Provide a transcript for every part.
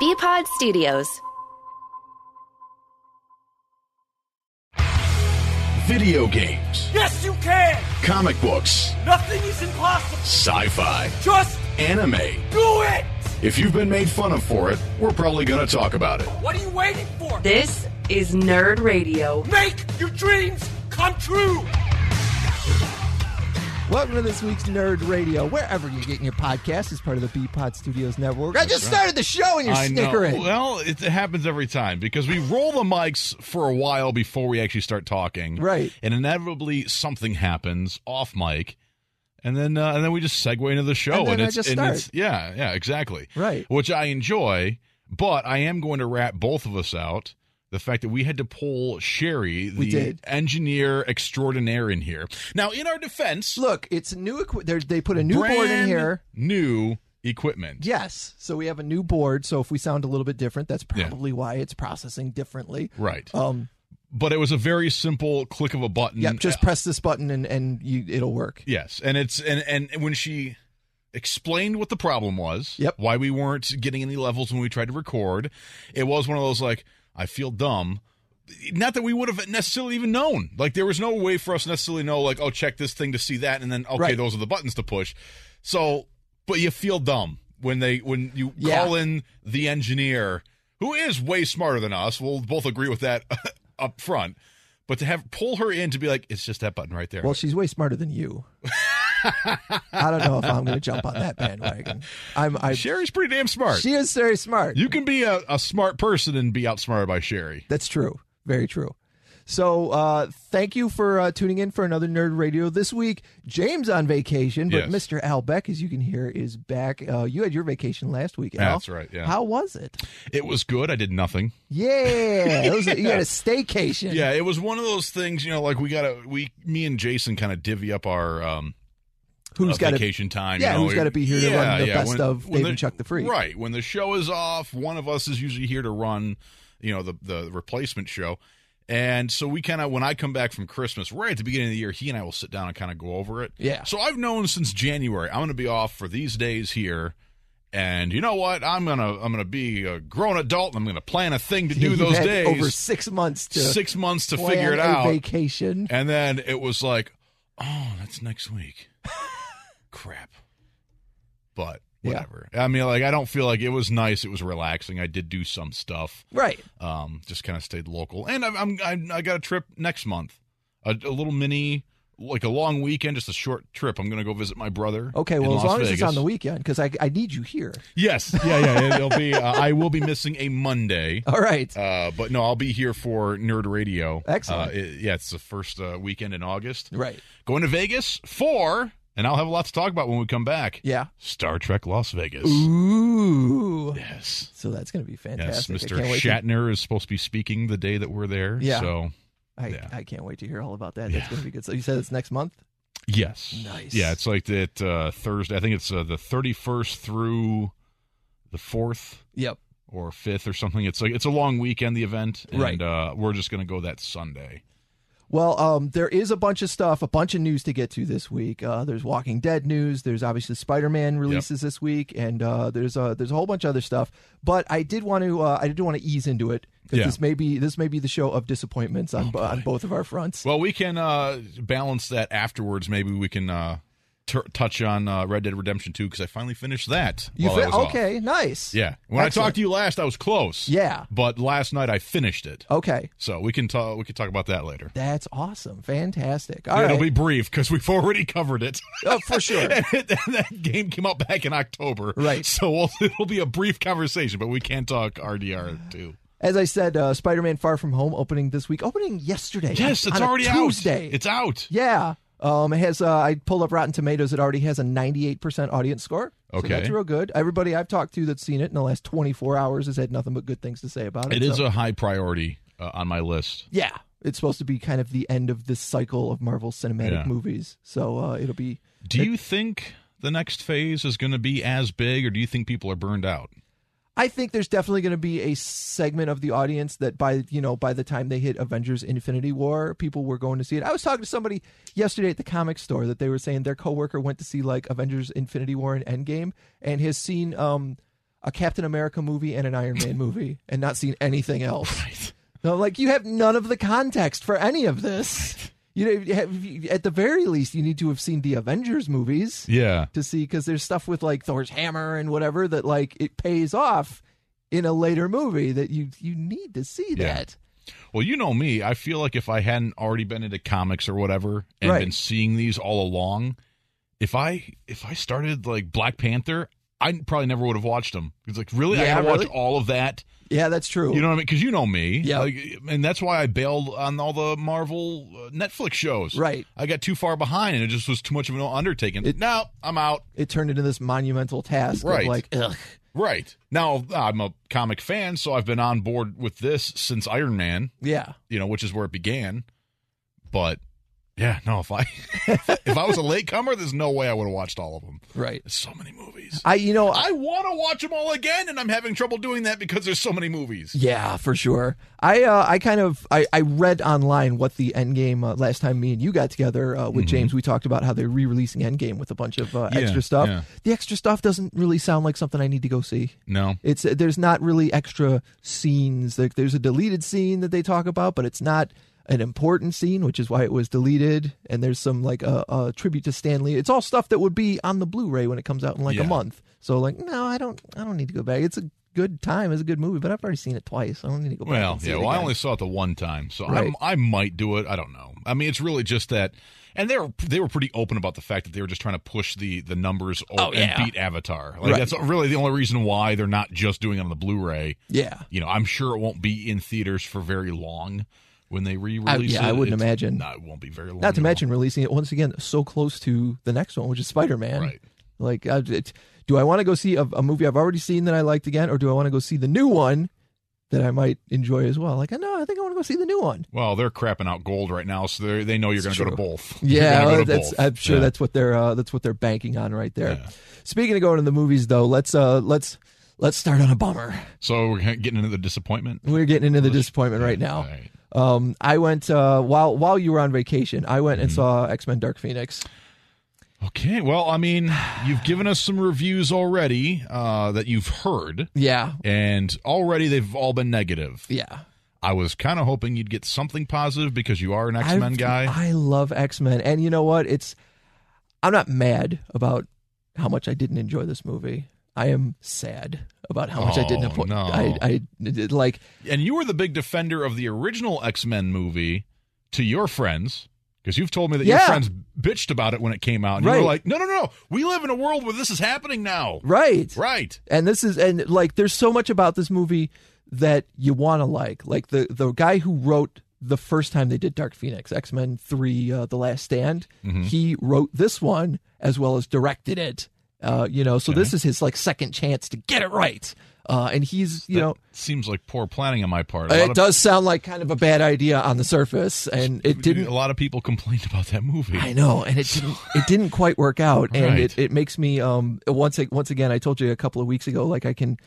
Bpod Studios. Video games, Yes, you can! comic books, Nothing is impossible! sci fi, Just anime. do it! If you've been made fun of for it, we're probably going to talk about it. What are you waiting for? This is Nerd Radio. Make your dreams come true! Welcome to this week's Nerd Radio, wherever you're getting your podcast as part of the Pod Studios Network. I just started the show and you're I snickering. Know. Well, it happens every time because we roll the mics for a while before we actually start talking. Right. And inevitably something happens off mic. And then uh, and then we just segue into the show And then I it's, just and start. it's yeah, yeah, exactly. Right. Which I enjoy, but I am going to rat both of us out. The fact that we had to pull Sherry, We the did. engineer extraordinaire, in here. Now, in our defense, Look, it's new. Equi- they're- they put a new board in brand here. new equipment. Yes, so we have a new board. So if we sound a little bit different, that's Yeah. probably why it's processing differently. Right. Mm, Um, but it was a very simple click of a button. yep. Just press this button and and you, it'll work. Yes, and it's and and when she explained what the problem was, Yep. why we weren't getting any levels when we tried to record, it was one of those like I feel dumb. Not that we would have necessarily even known. Like there was no way for us to necessarily know. Like oh, check this thing to see that, and then okay, Right. those are the buttons to push. So, but you feel dumb when they when you Yeah. call in the engineer who is way smarter than us. We'll both agree with that up front. But to have pull her in to be like, it's just that button right there. Well, she's way smarter than you. I don't know if I'm going to jump on that bandwagon. I'm. I, Sherry's pretty damn smart. she is very smart. You can be a, a smart person and be outsmarted by Sherry. That's true. Very true. So, uh, thank you for uh, tuning in for another Nerd Radio this week. James on vacation, Yes. but Mr. Al Beck, as you can hear, is back. Uh, you had your vacation last week, Al. That's right, yeah. How was it? It was good. I did nothing. Yeah, it was- you had a staycation. Yeah, it was one of those things, you know, like we got to, we, me and Jason kind of divvy up our um, uh, who's got to? vacation time. yeah, you know? who's gotta be here to Yeah, run the yeah. best of Dave and Chuck the Freak. Right. When the show is off, one of us is usually here to run, you know, the, the replacement show. And so we kind of, when I come back from Christmas, right at the beginning of the year, he and I will sit down and kind of go over it. Yeah. So I've known since January I'm going to be off for these days here. And you know what? I'm gonna I'm gonna be a grown adult, and I'm gonna plan a thing to do You've those had days. over six months to six months to plan figure it a out. Vacation. And then it was like, oh, that's next week. Crap. But Yeah. whatever. I mean, like, I don't feel like it was nice. It was relaxing. I did do some stuff. Right. Um, just kind of stayed local. And I'm, I'm, I'm I got a trip next month, a, a little mini, like a long weekend, just a short trip. I'm gonna go visit my brother. Okay. in Well, as Las long as it's Vegas. on the weekend, because I, I need you here. Yes. Yeah. Yeah. It'll be. Uh, I will be missing a Monday. All right. Uh, but no, I'll be here for Nerd Radio. Excellent. Uh, it- yeah, it's the first uh, weekend in August. right. Going to Vegas for, and I'll have a lot to talk about when we come back. Yeah. Star Trek Las Vegas. Ooh. Yes. So that's going to be Yes, fantastic. I Mr. can't wait to- Shatner is supposed to be speaking the day that we're there. Yeah. So, I, Yeah. I can't wait to hear all about that. That's Yeah. going to be good. So you said it's next month? yes. Nice. Yeah, it's like that uh, Thursday. I think it's uh, the 31st through the 4th Yep. or 5th or something. It's like it's a long weekend, the event. And Right. uh, we're just going to go that Sunday. Well, um, there is a bunch of stuff, a bunch of news to get to this week. Uh, there's Walking Dead news. There's obviously Spider-Man releases this week, and uh, there's a there's a whole bunch of other stuff. But I did want to uh, I did want to ease into it because Yeah. Oh, this may be this may be the show of disappointments on bo- on both of our fronts. Well, we can uh, balance that afterwards. Maybe we can uh, tur touch on uh, Red Dead Redemption 2 because I finally finished that. you while I fi- was off. okay? Nice. Yeah. When I Excellent. talked to you last, I was close. Yeah. But last night I finished it. Okay. So we can talk. We can talk about that later. That's awesome. Fantastic. All Yeah, right. It'll be brief because we've already covered it. Oh, for sure. that game came out back in October, Right. So we'll, it'll be a brief conversation, but we can talk RDR too. As I said, uh, Spider-Man: Far From Home opening this week, opening yesterday. Yes, it's on a already Tuesday. out. It's out. yeah. Um, it has uh, I pulled up Rotten Tomatoes. It already has a 98% audience score. so Okay. that's real good. Everybody I've talked to that's seen it in the last 24 hours has had nothing but good things to say about It it. is so- a high priority uh, on my list. yeah. It's supposed to be kind of the end of this cycle of Marvel cinematic Yeah. movies, so uh, it'll be. Do you think the next phase is going to be as big, or do you think people are burned out? I think there's definitely going to be a segment of the audience that by you know by the time they hit Avengers Infinity War, people were going to see it. I was talking to somebody yesterday at the comic store that they were saying their coworker went to see like Avengers Infinity War and Endgame and has seen um a Captain America movie and an Iron Man movie and not seen anything else. No, like you have none of the context for any of this. You know, you have- you- at the very least, you need to have seen the Avengers movies Yeah. to see because there's stuff with like Thor's hammer and whatever that like it pays off in a later movie that you you need to see Yeah. that. Well, you know me. I feel like if I hadn't already been into comics or whatever and Right. been seeing these all along, if I if I started like Black Panther, I probably never would have watched them. It's like really, I Yeah, gotta watch really? all of that. Yeah, that's true. You know what I mean? Because you know me. Yeah. Like, and that's why I bailed on all the Marvel uh, Netflix shows. Right. I got too far behind, and it just was too much of an undertaking. It- no, I'm out. it turned into this monumental task Right. of like, ugh, Right now, I'm a comic fan, so I've been on board with this since Iron Man. yeah, you know, which is where it began. But yeah, no, if I if I was a latecomer, there's no way I would have watched all of them. right. There's so many movies. I you know I want to watch them all again, and I'm having trouble doing that because there's so many movies. Yeah, for sure. I uh, I kind of I, I read online what the Endgame uh, last time me and you got together uh, with James. We talked about how they're re-releasing Endgame with a bunch of uh, Mm-hmm. Yeah, extra stuff. yeah. The extra stuff doesn't really sound like something I need to go see. No. It's uh, there's not really extra scenes. Like there's a deleted scene that they talk about, but it's not an important scene, which is why it was deleted. And there's some like a a tribute to Stanley. It's all stuff that would be on the Blu-ray when it comes out in like Yeah. a month. So like, no, I don't. I don't need to go back. It's a good time. It's a good movie, but I've already seen it twice. I don't need to go back. Well, and see yeah. it Well, I again. only saw it the one time, so Right. I I might do it. I don't know. I mean, it's really just that, and they were they were pretty open about the fact that they were just trying to push the the numbers o- Oh, yeah. and beat Avatar. Like Right. that's really the only reason why they're not just doing it on the Blu-ray. Yeah. you know, I'm sure it won't be in theaters for very long when they re-release. I- yeah, it. I wouldn't It's- imagine. No, it won't be very long. Not to at mention releasing it once again so close to the next one, which is Spider Man. Right. Like, I, it, do I want to go see a, a movie I've already seen that I liked again, or do I want to go see the new one that I might enjoy as well? Like, no, I think I want to go see the new one. all. Well, they're crapping out gold right now, so they they know you're going to go to both. You're Yeah, gonna go to that's, both. I'm sure Yeah. that's what they're uh, that's what they're banking on right there. Yeah. Speaking of going to the movies, though, let's uh, let's let's start on a bummer. So we're getting into the disappointment We're getting into the disappointment right All now. right. Um, I went uh, while while you were on vacation. I went Mm-hmm. and saw X Men Dark Phoenix. Okay, well, I mean, you've given us some reviews already uh, that you've heard, Yeah, and already they've all been negative. yeah. I was kind of hoping you'd get something positive because you are an X Men I've- guy. I love X Men, and you know what? It's I'm not mad about how much I didn't enjoy this movie. I am sad about how much I didn't. Oh, avo- no. I, I did, like. And you were the big defender of the original X Men movie to your friends because you've told me that your Yeah. friends bitched about it when it came out. And you Right. were like, no, no, no. We live in a world where this is happening now. Right. Right. And this is and like there's so much about this movie that you want to like. Like the the guy who wrote the first time they did Dark Phoenix, X Men Three, uh, The Last Stand, Mm-hmm. he wrote this one as well as directed it. Uh, you know, so this is his like second chance to get it right. Uh, and he's you That know seems like poor planning on my part. A lot it of- does sound like kind of a bad idea on the surface, and it A didn't. lot of people complained about that movie. I know, and it didn't. It didn't quite work out, and Right. it, it makes me um once ag- once again. I told you a couple of weeks ago, like I can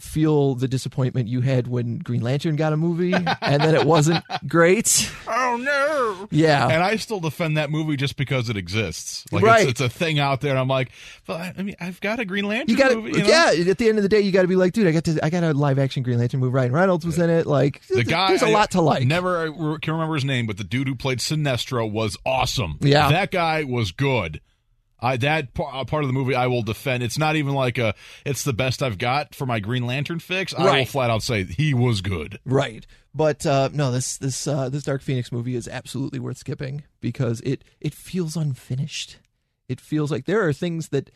feel the disappointment you had when Green Lantern got a movie, and then it wasn't great. Oh, no. Yeah, and I still defend that movie just because it exists. Like Right. it's, it's a thing out there, and I'm like, but I, I mean, I've got a Green Lantern you got to movie. You know? yeah. At the end of the day, you got to be like, dude, I got to I got a live action Green Lantern movie. Ryan Reynolds was in it. Like, The guy, there's a lot to like. I never I re- can remember his name, but the dude who played Sinestro was awesome. Yeah. that guy was good. I that par- uh, part of the movie I will defend. It's not even like a. It's the best I've got for my Green Lantern fix. I will Right. flat out say he was good. Right. But uh, no, this this uh, this Dark Phoenix movie is absolutely worth skipping because it it feels unfinished. It feels like there are things that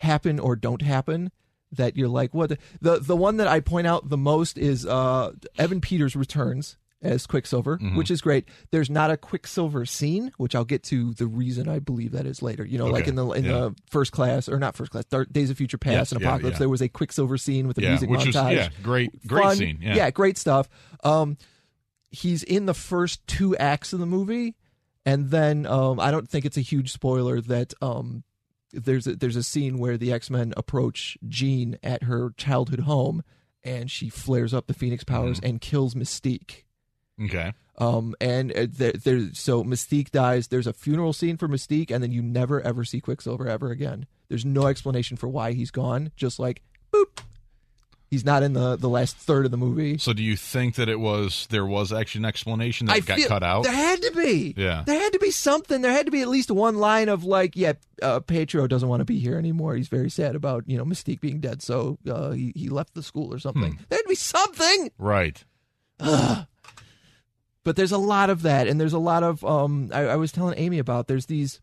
happen or don't happen that you're like, what? The the, the one that I point out the most is uh, Evan Peters returns as Quicksilver, Mm-hmm. which is great. There's not a Quicksilver scene, which I'll get to the reason I believe that is later. You know, like Okay. in the in Yeah. the first class or not first class, Dark Days of Future Past Yes, and yeah, Apocalypse. yeah. There was a Quicksilver scene with the Yeah, music which is- montage. yeah, great- great Fun. scene, yeah. yeah, great stuff. Um, he's in the first two acts of the movie, and then um, I don't think it's a huge spoiler that um, there's a, there's a scene where the X Men approach Jean at her childhood home, and she flares up the Phoenix powers Mm-hmm. and kills Mystique. Okay, Um, and uh, there, there, so Mystique dies. There's a funeral scene for Mystique, and then you never ever see Quicksilver ever again. There's no explanation for why he's gone. Just like boop, He's not in the the last third of the movie. So do you think that it was there was actually an explanation that I got feel- cut out? There had to be. Yeah. There had to be something. There had to be at least one line of like, yeah, uh, Pedro doesn't want to be here anymore. He's very sad about you know Mystique being dead, so uh, he he left the school or something. Hmm. There had to be something. right. But there's a lot of that, and there's a lot of um. I, I was telling Amy about there's these.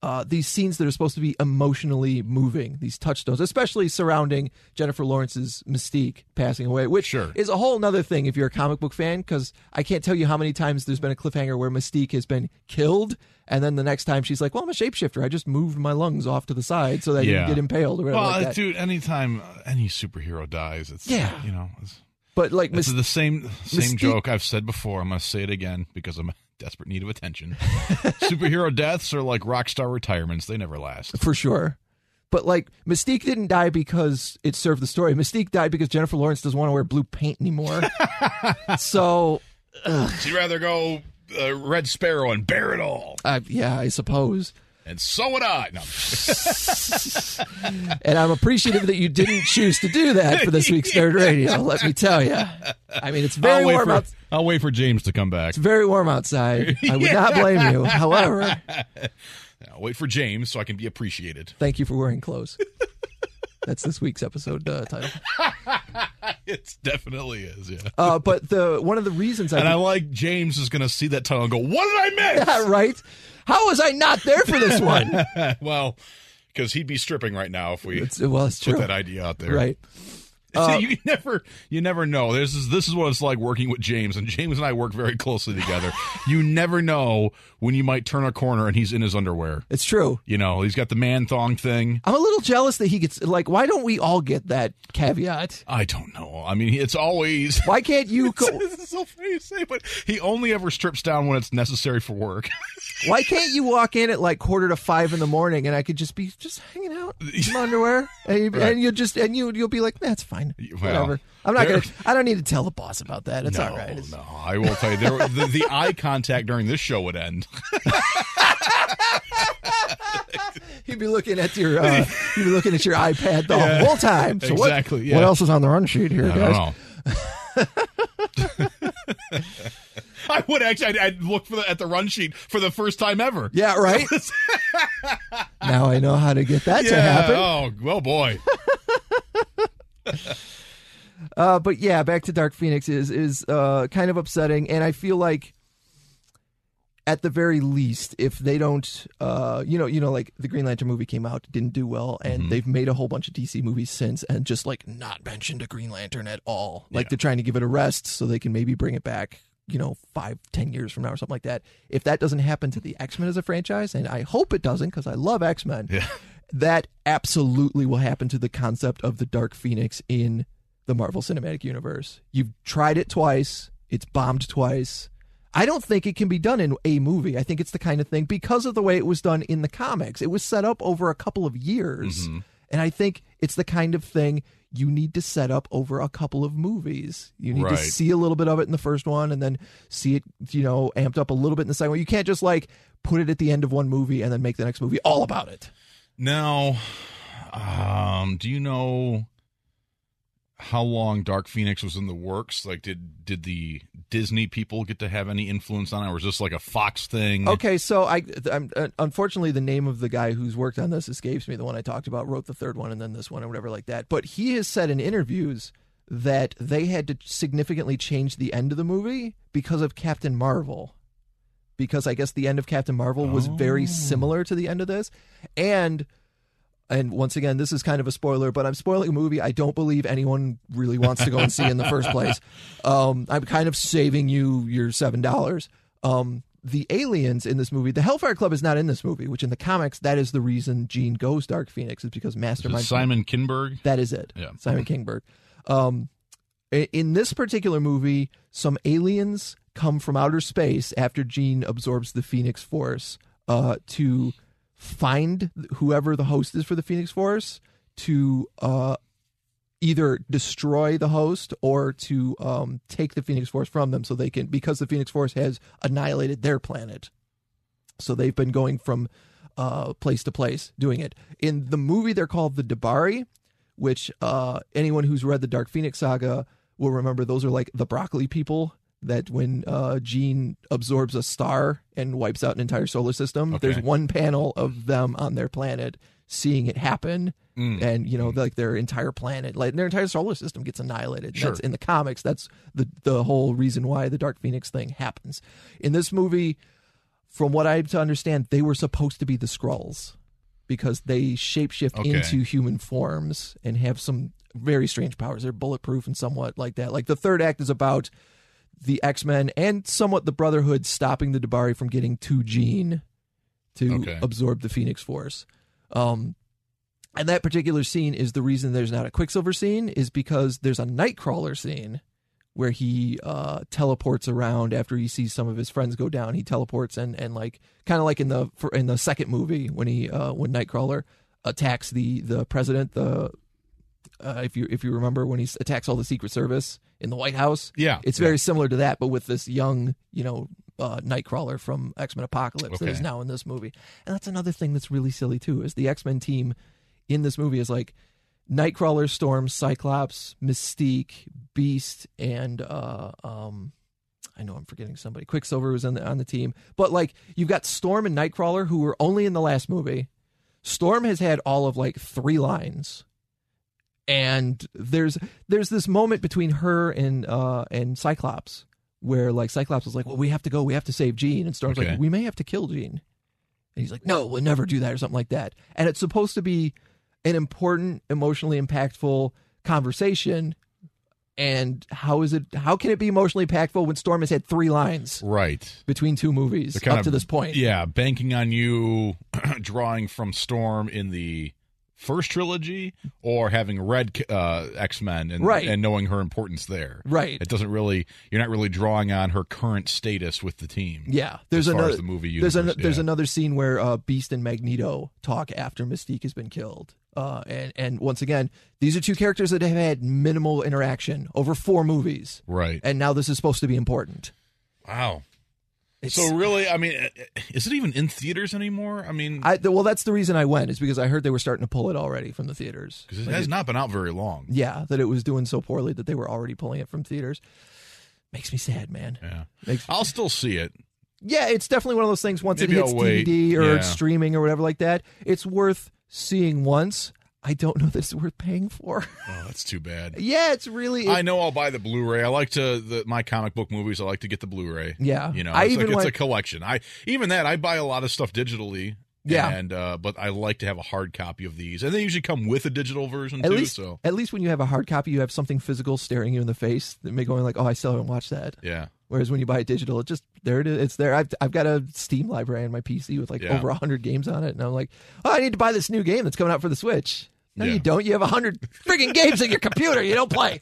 Uh, these scenes that are supposed to be emotionally moving, these touchstones, especially surrounding Jennifer Lawrence's Mystique passing away, which Sure. is a whole nother thing if you're a comic book fan, because I can't tell you how many times there's been a cliffhanger where Mystique has been killed, and then the next time she's like, "Well, I'm a shapeshifter. I just moved my lungs off to the side so that I Yeah. didn't get impaled or whatever." Well, like that. dude, anytime uh, any superhero dies, it's Yeah. you know, it's, But like, it's Mystique, the same same Mystique- joke I've said before. I'm gonna say it again because I'm in desperate need of attention. superhero deaths are like rock star retirements; they never last. for sure. But like Mystique didn't die because it served the story. Mystique died because Jennifer Lawrence doesn't want to wear blue paint anymore. so So you'd rather go uh, Red Sparrow and bear it all, I, uh, yeah, I suppose. and so would I. No, And I'm appreciative that you didn't choose to do that for this week's Nerd Radio. Let me tell you. I mean, it's very I'll wait warm for out. I'll wait for James to come back. It's very warm outside. I would not blame you. However, I'll wait for James so I can be appreciated. thank you for wearing clothes. That's this week's episode uh, title. It definitely is, yeah. Uh, but the one of the reasons I and I like James is going to see that title and go, "What did I miss?" Yeah, right. How was I not there for this one? Well, because he'd be stripping right now if we It's, well, it's put true. that idea out there. Right. Uh, So you never, you never know. This is this is what it's like working with James, and James and I work very closely together. you never know when you might turn a corner and he's in his underwear. It's true. You know, he's got the man thong thing. I'm a little jealous that he gets like. Why don't we all get that caveat? I don't know. I mean, it's always. Why can't you? Co- this is so funny to say, but he only ever strips down when it's necessary for work. why can't you walk in at like quarter to five in the morning and I could just be just hanging out in my underwear and, you, Right. and you just and you you'll be like that's fine Well, whatever. I'm not there- gonna. I don't need to tell the boss about that. It's all right. It's- Oh, No, I will tell you, there, the, the eye contact during this show would end. You'd be looking at your uh, you'd be looking at your iPad the whole time. So what- Exactly, yeah. What, else is on the run sheet here, I guys? don't know. I would actually. I'd, I'd look for the, at the run sheet for the first time ever. Yeah, right. now I know how to get that to happen. Oh, well, boy. Uh, but yeah, back to Dark Phoenix is is uh, kind of upsetting, and I feel like at the very least, if they don't, uh, you know, you know, like the Green Lantern movie came out, didn't do well, and they've made a whole bunch of DC movies since, and just like not mentioned a Green Lantern at all. Like they're trying to give it a rest so they can maybe bring it back. You know, five, ten years from now, or something like that. If that doesn't happen to the X Men as a franchise, and I hope it doesn't, because I love X Men, Yeah. that absolutely will happen to the concept of the Dark Phoenix in the Marvel Cinematic Universe. You've tried it twice, it's bombed twice. I don't think it can be done in a movie. I think it's the kind of thing because of the way it was done in the comics. It was set up over a couple of years. And I think it's the kind of thing you need to set up over a couple of movies. You need Right. to see a little bit of it in the first one and then see it, you know, amped up a little bit in the second one. You can't just like put it at the end of one movie and then make the next movie all about it. Now, um, do you know how long Dark Phoenix was in the works? Like, did did the Disney people get to have any influence on it, or is this like a Fox thing? Okay, so I, I'm, uh, unfortunately, the name of the guy who's worked on this escapes me. The one I talked about wrote the third one, and then this one, and whatever like that. But he has said in interviews that they had to significantly change the end of the movie because of Captain Marvel, because I guess the end of Captain Marvel was very similar to the end of this, and. And once again, this is kind of a spoiler, but I'm spoiling a movie I don't believe anyone really wants to go and see in the first place. Um, I'm kind of saving you your seven dollars. Um, the aliens in this movie, the Hellfire Club is not in this movie, which in the comics that is the reason Jean goes Dark Phoenix is because Is it Mastermind Simon Kinberg. that is it. Yeah. Simon Kingberg. Um, i- in this particular movie, some aliens come from outer space after Jean absorbs the Phoenix Force uh, to find whoever the host is for the Phoenix Force to uh, either destroy the host or to um, take the Phoenix Force from them so they can, because the Phoenix Force has annihilated their planet. So they've been going from uh, place to place doing it. In the movie, they're called the Debari, which uh, anyone who's read the Dark Phoenix saga will remember. Those are like the broccoli people that when uh, Jean absorbs a star and wipes out an entire solar system, Okay. there's one panel of them on their planet seeing it happen. Mm. And you know, like their entire planet, like their entire solar system gets annihilated. Sure. That's in the comics. That's the the whole reason why the Dark Phoenix thing happens. In this movie, from what I to understand, they were supposed to be the Skrulls because they shapeshift Okay. into human forms and have some very strange powers. They're bulletproof and somewhat like that. Like the third act is about the X Men and somewhat the Brotherhood stopping the Debari from getting to Jean to Okay. absorb the Phoenix Force. Um, and that particular scene is the reason there's not a Quicksilver scene is because there's a Nightcrawler scene where he uh, teleports around after he sees some of his friends go down. He teleports and and like kind of like in the for, in the second movie when he uh, when Nightcrawler attacks the the president the uh, if you if you remember when he s- attacks all the Secret Service in the White House. Yeah, it's very similar to that, but with this young you know uh, Nightcrawler from X Men Apocalypse that is Okay. now in this movie, and that's another thing that's really silly too is the X Men team in this movie is like Nightcrawler, Storm, Cyclops, Mystique, Beast, and uh, um, I know I'm forgetting somebody. Quicksilver was on the on the team, but like you've got Storm and Nightcrawler who were only in the last movie. Storm has had all of like three lines, and there's there's this moment between her and uh, and Cyclops where like Cyclops is like, well, we have to go, we have to save Jean, and Storm's Okay. like, we may have to kill Jean, and he's like, no, we'll never do that or something like that, and it's supposed to be an important, emotionally impactful conversation. And how is it? How can it be emotionally impactful when Storm has had three lines right. between two movies They're kind up of- to this point? Yeah, banking on you drawing from Storm in the first trilogy, or having read uh, X Men and Right. and knowing her importance there. Right. It doesn't really. You're not really drawing on her current status with the team. Yeah, there's as far another as the movie there's universe, an- there's yeah. another scene where uh, Beast and Magneto talk after Mystique has been killed, uh, and and once again, these are two characters that have had minimal interaction over four movies, Right. and now this is supposed to be important. wow. It's, So really, I mean, uh, is it even in theaters anymore? I mean, I, well, that's the reason I went is because I heard they were starting to pull it already from the theaters. because it Like, has not been out very long. yeah, that it was doing so poorly that they were already pulling it from theaters. Makes me sad, man. Yeah. Makes- I'll still see it. yeah, it's definitely one of those things. Once Maybe it hits I'll wait. DVD or Yeah. streaming or whatever like that, it's worth seeing once. I don't know that it's worth paying for. Oh, that's too bad. yeah, it's really. I know I'll buy the Blu-ray. I like to the, my comic book movies. I like to get the Blu-ray. Yeah. you know, I it's, even like, went- it's a collection. I even that I buy a lot of stuff digitally. Yeah. and uh, but I like to have a hard copy of these, and they usually come with a digital version at too. least, so at least when you have a hard copy, you have something physical staring you in the face that may going like, "Oh, I still haven't watched that." yeah, Whereas when you buy it digital, it just there it is. It's there. I've I've got a Steam library on my PC with like Yeah. over hundred games on it, and I'm like, "Oh, I need to buy this new game that's coming out for the Switch." No, Yeah. you don't. You have hundred freaking games in your computer. You don't play.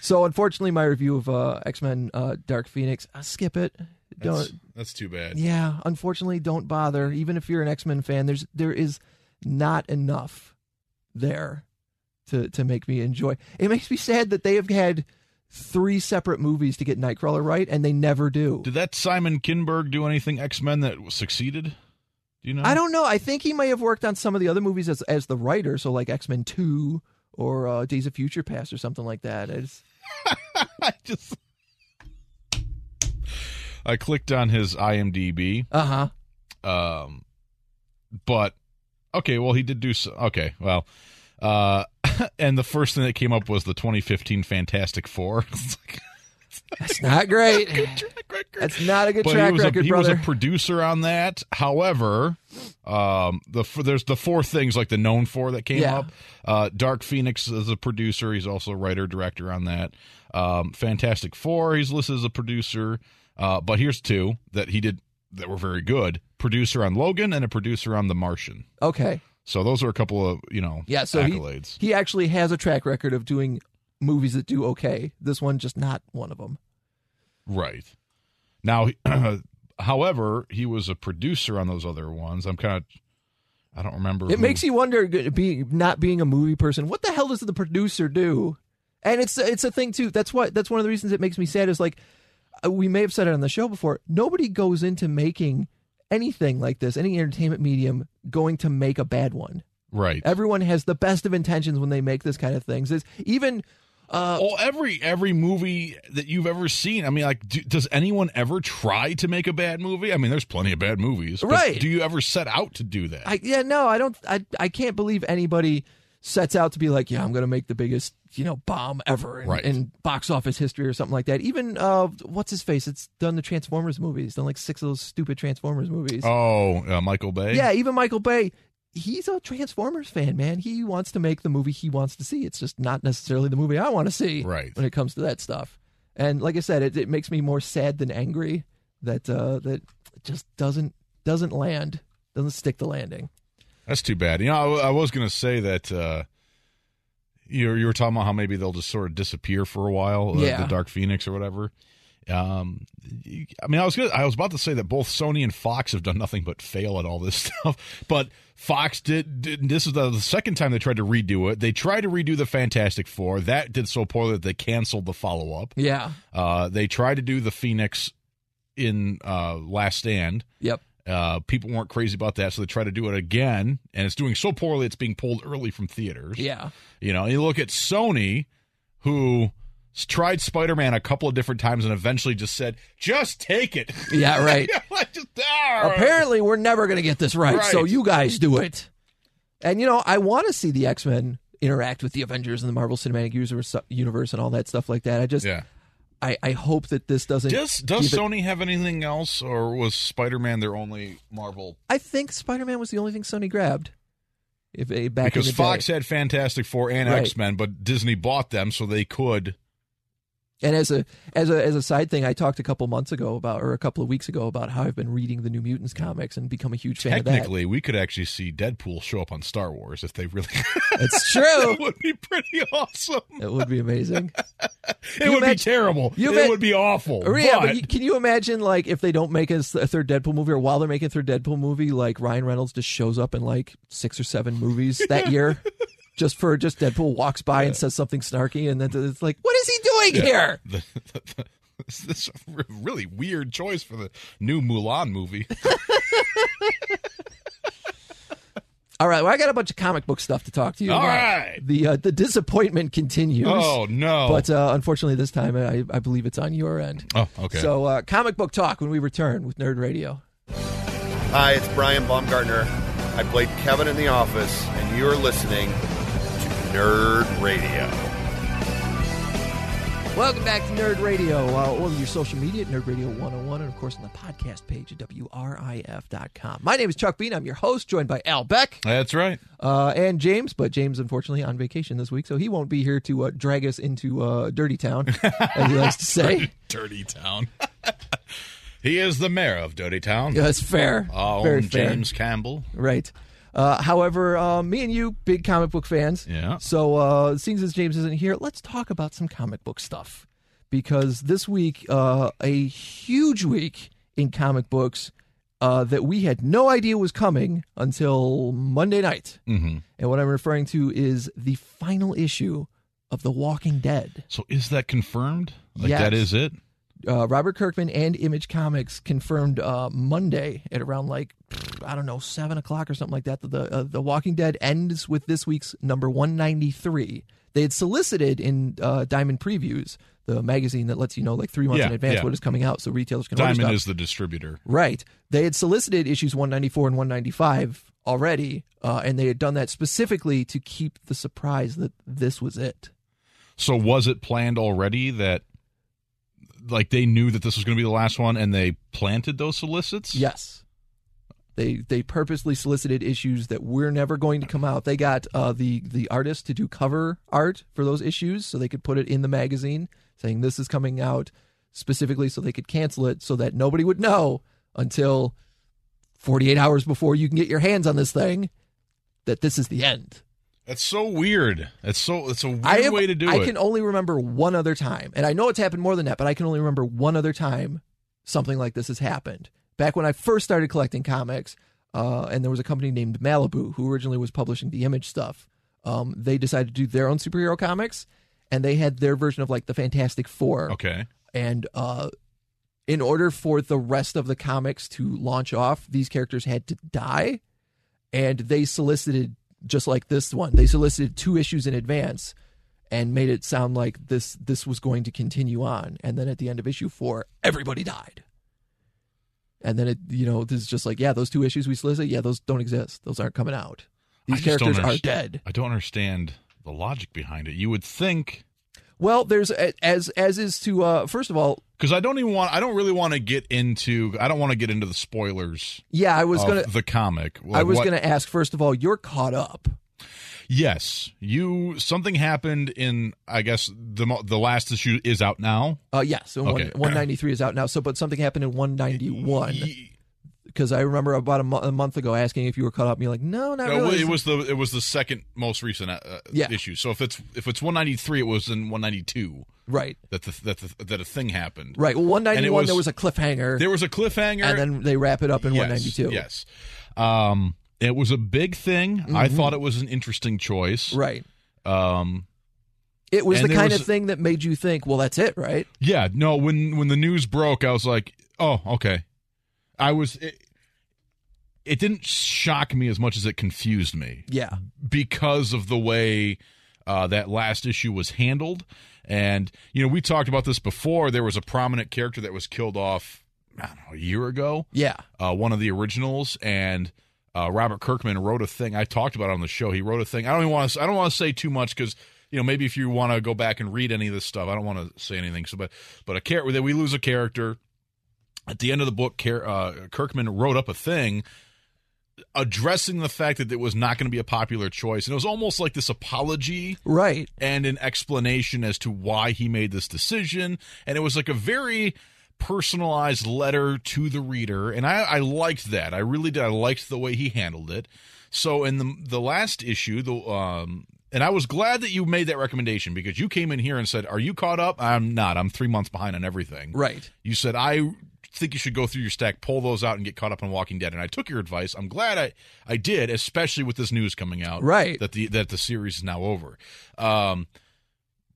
So unfortunately, my review of uh, X Men uh, Dark Phoenix, I skip it. Don't. that's, that's too bad. Yeah, unfortunately, don't bother. Even if you're an X Men fan, there's there is not enough there to to make me enjoy. It makes me sad that they have had three separate movies to get Nightcrawler right, and they never do. Did that Simon Kinberg do anything X Men that succeeded? Do you know? I don't know. I think he may have worked on some of the other movies as as the writer, so like X Men Two or uh, Days of Future Past or something like that. It's, I just. I clicked on his IMDb, uh huh. um, but okay, well he did do so. Okay, well, uh, and the first thing that came up was the 2015 Fantastic Four. It's like, That's not great. track record. That's not a good But track he was record, a, he brother. was a producer on that. However, um, the f- there's the four things like the known four that came Yeah. up. Uh, Dark Phoenix is a producer. He's also a writer director on that. Um, Fantastic Four. He's listed as a producer. Uh, but here's two that he did that were very good: producer on Logan and a producer on The Martian. okay. So those are a couple of you know Yeah, so he- accolades. He actually has a track record of doing movies that do okay. This one just not one of them. Right. Now, however, he was a producer on those other ones. I'm kind of, I don't remember. It makes you wonder, g- being not being a movie person, what the hell does the producer do? And it's it's a thing too. That's what that's one of the reasons it makes me sad. Is like uh, we may have said it on the show before. Nobody goes into making anything like this, any entertainment medium, going to make a bad one. Right. Everyone has the best of intentions when they make this kind of things. It's even well, every every movie that you've ever seen. I mean, like, do, does anyone ever try to make a bad movie? I mean, there's plenty of bad movies, but Right. Do you ever set out to do that? I yeah, no, I don't I I can't believe anybody sets out to be like, yeah, I'm going to make the biggest, you know, bomb ever in, Right. in box office history or something like that. Even uh what's his face? It's done the Transformers movies, done like six of those stupid Transformers movies. oh, uh, Michael Bay. Yeah, even Michael Bay, he's a Transformers fan, man. He wants to make the movie he wants to see. It's just not necessarily the movie I want to see Right. when it comes to that stuff. And like I said, it, it makes me more sad than angry that uh that it just doesn't doesn't land, doesn't stick the landing. That's too bad. You know, I w- I, was going to say that uh, you you were talking about how maybe they'll just sort of disappear for a while, uh, Yeah. the Dark Phoenix or whatever. Um, you- I mean, I was gonna, I was about to say that both Sony and Fox have done nothing but fail at all this stuff. But Fox did. did this is the, the second time they tried to redo it. They tried to redo the Fantastic Four. That did so poorly that they canceled the follow up. Yeah. Uh, they tried to do the Phoenix in uh, Last Stand. Yep. Uh, people weren't crazy about that, so they try to do it again, and it's doing so poorly it's being pulled early from theaters. Yeah. You know, you look at Sony, who s- tried Spider Man a couple of different times and eventually just said, "Just take it." Yeah, right. just, ah, Apparently, we're never going to get this right, so Right. you guys do it. And, you know, I want to see the X Men interact with the Avengers and the Marvel Cinematic Universe- Universe and all that stuff like that. I just, Yeah. I, I hope that this doesn't. Does does give it- Sony have anything else, or was Spider Man their only Marvel? I think Spider Man was the only thing Sony grabbed. If eh, back in Because the Fox day. had Fantastic Four and Right. X Men, but Disney bought them, so they could. and as a as a as a side thing, I talked a couple months ago about, or a couple of weeks ago about how I've been reading the New Mutants comics and become a huge fan of that. Technically, we could actually see Deadpool show up on Star Wars if they really. It's true. That would be pretty awesome. it would be amazing. It You would be bet- terrible. you it bet- would be awful. Or, yeah, but, but- you- can you imagine like if they don't make a, s- a third Deadpool movie, or while they're making a third Deadpool movie, like Ryan Reynolds just shows up in like six or seven movies that year, just for just Deadpool walks by and says something snarky, and then it's like, what is he doing here? the, the, the, this is a really weird choice for the new Mulan movie. All right, well, I got a bunch of comic book stuff to talk to you. All about. right. the uh, the disappointment continues. oh no! But uh, unfortunately, this time I, I believe it's on your end. oh okay. So, uh, comic book talk when we return with Nerd Radio. Hi, it's Brian Baumgartner. I played Kevin in The Office, and you're listening to Nerd Radio. Welcome back to Nerd Radio, uh, or your social media at Nerd Radio 101, and of course on the podcast page at WRIF.com. My name is Chuck Bean. I'm your host, joined by Al Beck That's right. uh, and James, but James, unfortunately, on vacation this week, so he won't be here to uh, drag us into uh, Dirty Town, as he likes to say. Dirty Town. he is the mayor of Dirty Town. Yeah, That's fair. Oh, Very fair. James Campbell. Right. Uh, however, uh, me and you, big comic book fans. Yeah. So, uh, seeing as James isn't here, let's talk about some comic book stuff. Because this week, uh, a huge week in comic books uh, that we had no idea was coming until Monday night. Mm-hmm. And what I'm referring to is the final issue of The Walking Dead. So is that confirmed? Like Yes. that is it? Uh, Robert Kirkman and Image Comics confirmed uh, Monday at around like I don't know seven o'clock or something like that. That the uh, the Walking Dead ends with this week's number one ninety three. They had solicited in uh, Diamond Previews, the magazine that lets you know like three months Yeah, in advance yeah. what is coming out, so retailers can order Diamond stuff. is the distributor. Right. They had solicited issues 194 and 195 already, uh, and they had done that specifically to keep the surprise that this was it. So was it planned already that like they knew that this was going to be the last one and they planted those solicits? Yes. They they purposely solicited issues that were never going to come out. They got uh, the the artist to do cover art for those issues, so they could put it in the magazine, saying this is coming out specifically, so they could cancel it, so that nobody would know until 48 hours before you can get your hands on this thing that this is the end. That's so weird. That's so that's a weird I have- way to do I it. can only remember one other time, and I know it's happened more than that, but I can only remember one other time something like this has happened. Back when I first started collecting comics, uh, and there was a company named Malibu who originally was publishing the Image stuff. Um, they decided to do their own superhero comics, and they had their version of like the Fantastic Four okay. and uh, in order for the rest of the comics to launch off, these characters had to die, and they solicited just like this one. They solicited two issues in advance and made it sound like this this was going to continue on. And then at the end of issue four, everybody died. And then it, you know, this is just like, yeah, those two issues we solicited, yeah, those don't exist. Those aren't coming out. I These just don't characters are underst- dead. I don't understand the logic behind it. You would think Well, there's as as is to uh first of all, because I don't even want. I don't really want to get into. I don't want to get into the spoilers yeah, I was of gonna the comic. I Like, was what- gonna ask first of all, you're caught up. Yes, you. Something happened in. I guess the mo- the last issue is out now. Uh, yeah, so Okay. one, 193 is out now. So, but something happened in 191 Ye- because I remember about a, mo- a month ago asking if you were caught up, and you're like, no, not no, really. it was the it was the second most recent uh, uh, Yeah. issue. So if it's if it's 193, it was in 192 right, that the that the, that a thing happened. right. Well, 191 was- there was a cliffhanger, There was a cliffhanger, and then they wrap it up in Yes, 192. Yes, um, it was a big thing. I thought it was an interesting choice. right. Um, It was And the there kind was- of thing that made you think, well, that's it, right? Yeah, no. When when the news broke, I was like, "Oh, okay." I was. It, it didn't shock me as much as it confused me Yeah, because of the way uh, that last issue was handled. And you know, we talked about this before. There was a prominent character that was killed off I don't know, a year ago, yeah, uh, one of the originals, and uh, Robert Kirkman wrote a thing. I talked about it on the show. He wrote a thing. I don't even want to. I don't want to say too much because you know maybe if you want to go back and read any of this stuff, I don't want to say anything. So, but but a character that we lose a character at the end of the book. Car- uh, Kirkman wrote up a thing addressing the fact that it was not going to be a popular choice, and it was almost like this apology right. and an explanation as to why he made this decision. And it was like a very personalized letter to the reader. And I, I liked that. I really did. I liked the way he handled it. So in the the last issue, the um and I was glad that you made that recommendation because you came in here and said, Are you caught up? I'm not. I'm three months behind on everything. Right. You said I think you should go through your stack, pull those out, and get caught up on Walking Dead. And I took your advice. I'm glad I I did, especially with this news coming out. Right. That the that the series is now over. Um,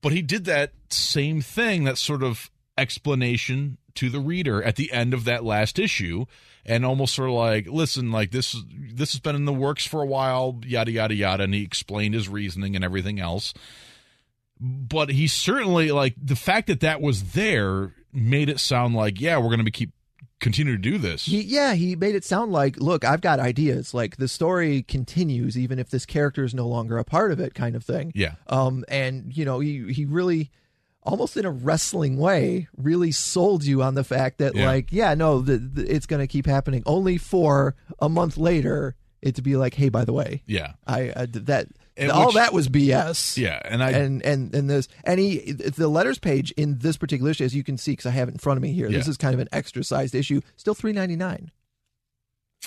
but he did that same thing, that sort of explanation to the reader at the end of that last issue, and almost sort of like, listen, like this this has been in the works for a while, yada yada yada, and he explained his reasoning and everything else but he certainly like the fact that that was there made it sound like yeah we're gonna be keep continue to do this He, yeah, he made it sound like, look, I've got ideas. Like the story continues, even if this character is no longer a part of it, kind of thing. yeah um, and you know he he really almost in a wrestling way really sold you on the fact that Yeah. like yeah no the, the, it's going to keep happening only for a month later it to be like hey by the way yeah i, I did that And all which- that was bs yeah and i and and and this and he the letters page in this particular issue as you can see because i have it in front of me here this Yeah. is kind of an extra sized issue still 399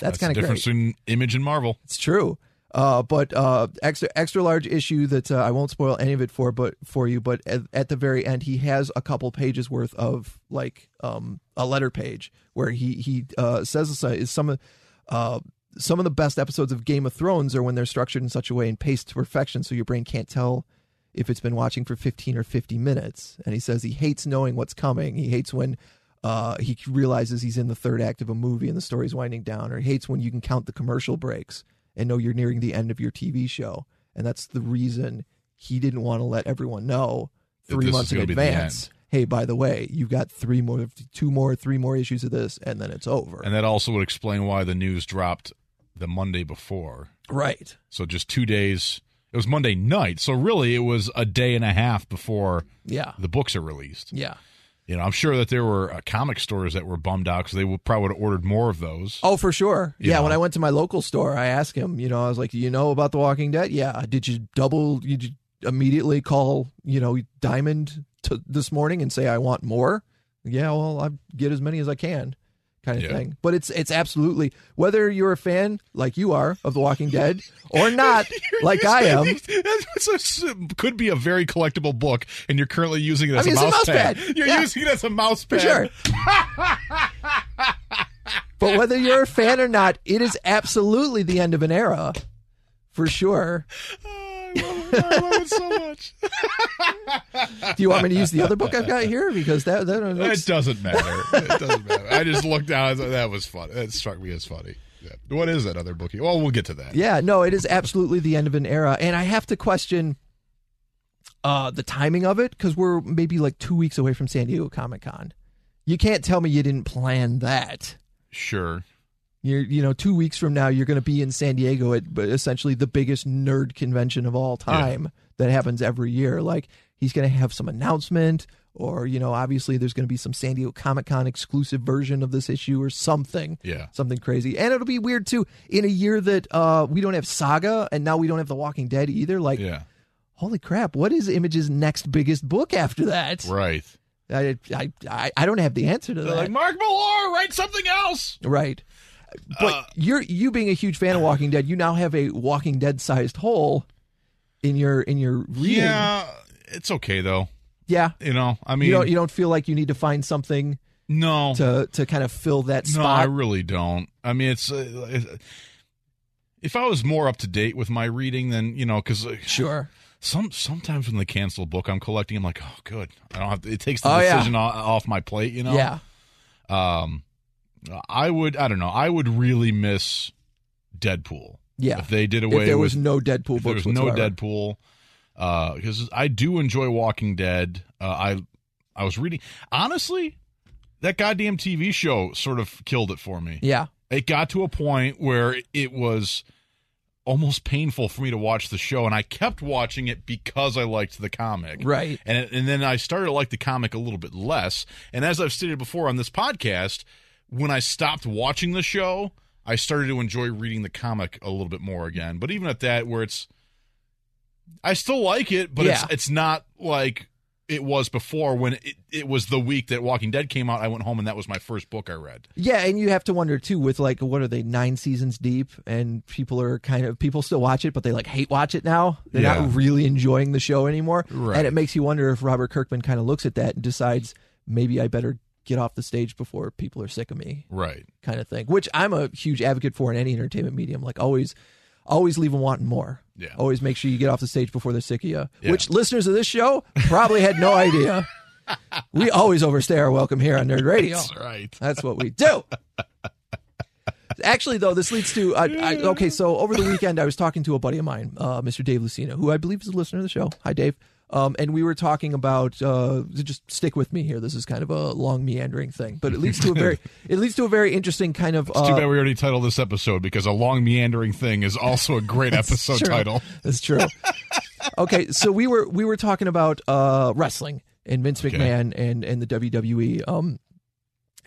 that's, that's, kind of the great. difference between image and marvel It's true. Uh, but uh, extra extra large issue that uh, I won't spoil any of it for, but for you. But at, at the very end, he has a couple pages worth of like um, a letter page where he he uh, says this, uh, is some of uh, some of the best episodes of Game of Thrones are when they're structured in such a way and paced to perfection, so your brain can't tell if it's been watching for 15 or 50 minutes. And he says he hates knowing what's coming. He hates when uh, he realizes he's in the third act of a movie and the story's winding down, or he hates when you can count the commercial breaks and know you're nearing the end of your TV show. And that's the reason he didn't want to let everyone know That three this months is in gonna be the advance. Hey, by the way, you've got three more, two more, three more issues of this, and then it's over. and that also would explain why the news dropped the monday before right. so just two days it was monday night so really it was a day and a half before Yeah. the books are released Yeah. you know i'm sure that there were uh, comic stores that were bummed out because they would probably would have ordered more of those Oh, for sure. You yeah, know? when I went to my local store, I asked him. You know, I was like, "Do you know about The Walking Dead?" Yeah. "Uh, Did you double? You did immediately call. You know, Diamond to this morning and say, "I want more." Yeah. Well, I get as many as I can, kind of Yeah. thing. But it's it's absolutely whether you're a fan like you are of The Walking Dead or not, like I am. That's a, could be a very collectible book, and you're currently using it as mean, a it's a mouse mouse pad. pad. You're Yeah. using it as a mouse for pad. sure. but whether you're a fan or not, it is absolutely the end of an era, for sure. Oh, I love it. I love it so much. Do you want me to use the other book I've got here because that that one It looks, doesn't matter. It doesn't matter. I just looked down. I thought, That was funny. That struck me as funny. Yeah. What is that other book? Well, we'll get to that. Yeah, no, it is absolutely the end of an era, and I have to question uh, the timing of it because we're maybe like two weeks away from San Diego Comic Con. You can't tell me you didn't plan that. Sure. You're, you know, two weeks from now, you're going to be in San Diego at b- essentially the biggest nerd convention of all time that happens every year. Like, he's going to have some announcement, or, you know, obviously there's going to be some San Diego Comic Con exclusive version of this issue or something. Yeah. Something crazy. And it'll be weird, too, in a year that uh, we don't have Saga and now we don't have The Walking Dead either. Like, Yeah. holy crap, what is Image's next biggest book after that? Right. I, I, I, I don't have the answer to They're that. like Mark Millar, write something else. Right. But Uh, you're you being a huge fan of Walking Dead, you now have a Walking Dead sized hole in your in your reading. Yeah, it's okay though. Yeah. You know, I mean, you don't you don't feel like you need to find something no, to to kind of fill that no, I spot. really don't. I mean, it's. Uh, it- if I was more up to date with my reading, then you know, because sure. some sometimes when they cancel a book I'm collecting, I'm like, oh, good, I don't have. To, it takes the Oh, yeah. decision o- off my plate, you know. Yeah. Um, I would. I don't know. I would really miss Deadpool. Yeah. If they did away If there with was no Deadpool books there's no whatsoever. Deadpool because I do enjoy Walking Dead. Uh, I I was reading honestly that goddamn TV show sort of killed it for me. Yeah. It got to a point where it was almost painful for me to watch the show, and I kept watching it because I liked the comic. Right. And it- and then I started to like the comic a little bit less. And as I've stated before on this podcast, when I stopped watching the show, I started to enjoy reading the comic a little bit more again. But even at that, where it's, I still like it, but it's Yeah. it's not like it was before when it, it was the week that Walking Dead came out. I went home and that was my first book I read. Yeah, and you have to wonder too with like what are they nine seasons deep, and people are kind of people still watch it, but they like hate watch it now. They're Yeah. not really enjoying the show anymore, Right. and it makes you wonder if Robert Kirkman kind of looks at that and decides maybe I better get off the stage before people are sick of me, Right. kind of thing. Which I'm a huge advocate for in any entertainment medium. Like always, always leave them wanting more. Yeah. Always make sure you get off the stage before they're sick of you. Yeah. Which listeners of this show probably had no idea. We always overstay our welcome here on Nerd Radio. That's right. That's what we do. Actually, though, this leads to I, I, okay. So over the weekend, I was talking to a buddy of mine, uh, Mr. Dave Lucino, who I believe is a listener of the show. Hi, Dave. Um, and we were talking about uh, just stick with me here. This is kind of a long meandering thing, but it leads to a very it leads to a very interesting kind of. It's too uh, bad we already titled this episode because a long meandering thing is also a great episode true. title. That's true. okay, so we were we were talking about uh, wrestling and Vince McMahon and and the WWE, um,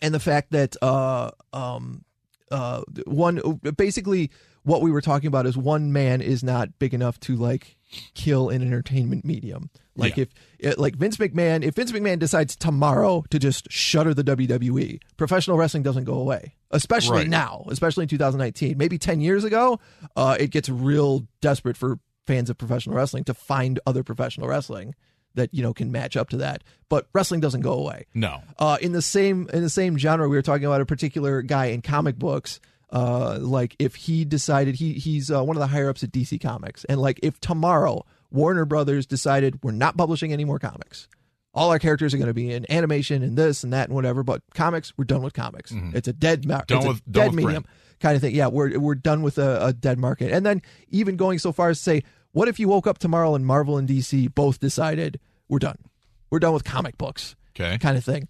and the fact that uh, um, uh, one basically what we were talking about is one man is not big enough to like kill an entertainment medium. Like Yeah. if it, like Vince McMahon, if Vince McMahon decides tomorrow to just shutter the WWE, professional wrestling doesn't go away, especially Right. now, especially in 2019. Maybe 10 years ago, uh, it gets real desperate for fans of professional wrestling to find other professional wrestling that you know can match up to that. But wrestling doesn't go away. No. Uh, in the same in the same genre, we were talking about a particular guy in comic books. Uh, like if he decided he he's uh, one of the higher ups at DC Comics, and like if tomorrow Warner Brothers decided we're not publishing any more comics, all our characters are going to be in animation and this and that and whatever, but comics we're done with comics. It's a dead market, Mm-hmm. Done it's a with- done dead with medium kind of thing. Yeah, we're we're done with a, a dead market, and then even going so far as to say, what if you woke up tomorrow and Marvel and DC both decided we're done, we're done with comic books Okay. kind of thing.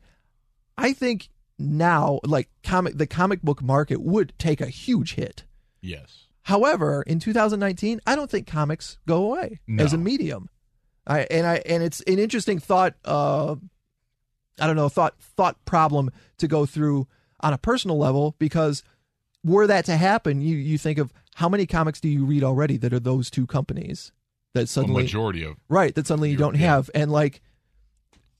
I think now, like comic, the comic book market would take a huge hit. Yes. However, in 2019, I don't think comics go away No. as a medium. I and I and it's an interesting thought. Uh, I don't know thought thought problem to go through on a personal level because were that to happen, you you think of how many comics do you read already that are those two companies that A suddenly majority of right that suddenly you You're- don't yeah. have and like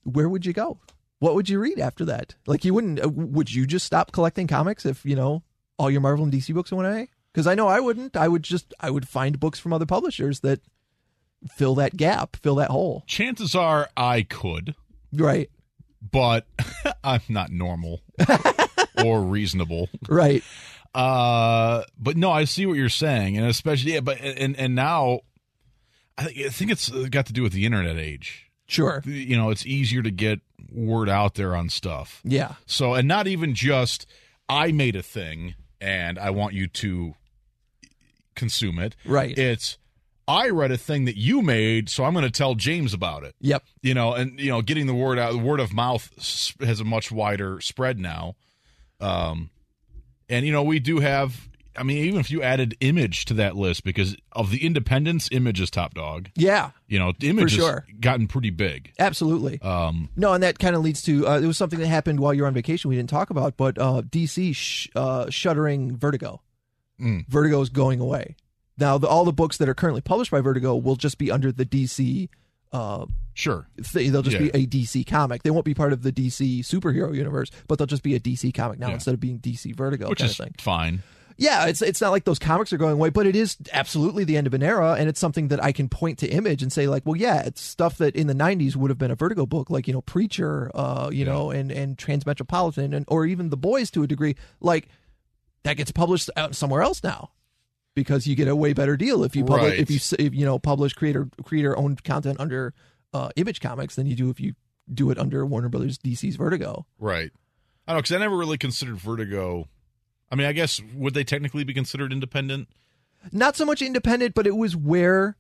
where would you go what would you read after that like you wouldn't uh, would you just stop collecting comics if you know all your marvel and dc books went away because i know i wouldn't i would just i would find books from other publishers that fill that gap fill that hole chances are I could, right but I'm not normal or reasonable. right Uh, but no, I see what you're saying, and especially yeah, but and and now, I, think- I think it's got to do with the internet age. sure You know, it's easier to get word out there on stuff. yeah So, and not even just I made a thing and I want you to consume it. Right. It's I read a thing that you made, so I'm going to tell James about it. Yep. You know, and you know, getting the word out, the word of mouth s- has a much wider spread now. Um, and you know, we do have. I mean, even if you added Image to that list, because of the independents, Image is top dog. Yeah. You know, Image sure. has gotten pretty big. Absolutely. Um, No, and that kind of leads to uh, it was something that happened while you were on vacation. We didn't talk about, but uh, DC sh- uh, shuttering Vertigo. Mm. Vertigo is going away. Now, the, all the books that are currently published by Vertigo will just be under the DC. Uh, sure. th- they'll just Yeah. be a DC comic. They won't be part of the DC superhero universe, but they'll just be a DC comic now Yeah. instead of being DC Vertigo Which kind is of thing. fine. Yeah, it's it's not like those comics are going away, but it is absolutely the end of an era, and it's something that I can point to image and say like, well, yeah, it's stuff that in the '90s would have been a Vertigo book, like you know, Preacher, uh, you know, and and Transmetropolitan, and or even The Boys to a degree, like that gets published out somewhere else now because you get a way better deal if you publish Right. if you s- if, you know publish creator creator owned content under uh, Image Comics than you do if you do it under Warner Brothers DC's Vertigo. Right. I don't know because I never really considered Vertigo. I mean, I guess would they technically be considered independent? Not so much independent, but it was where.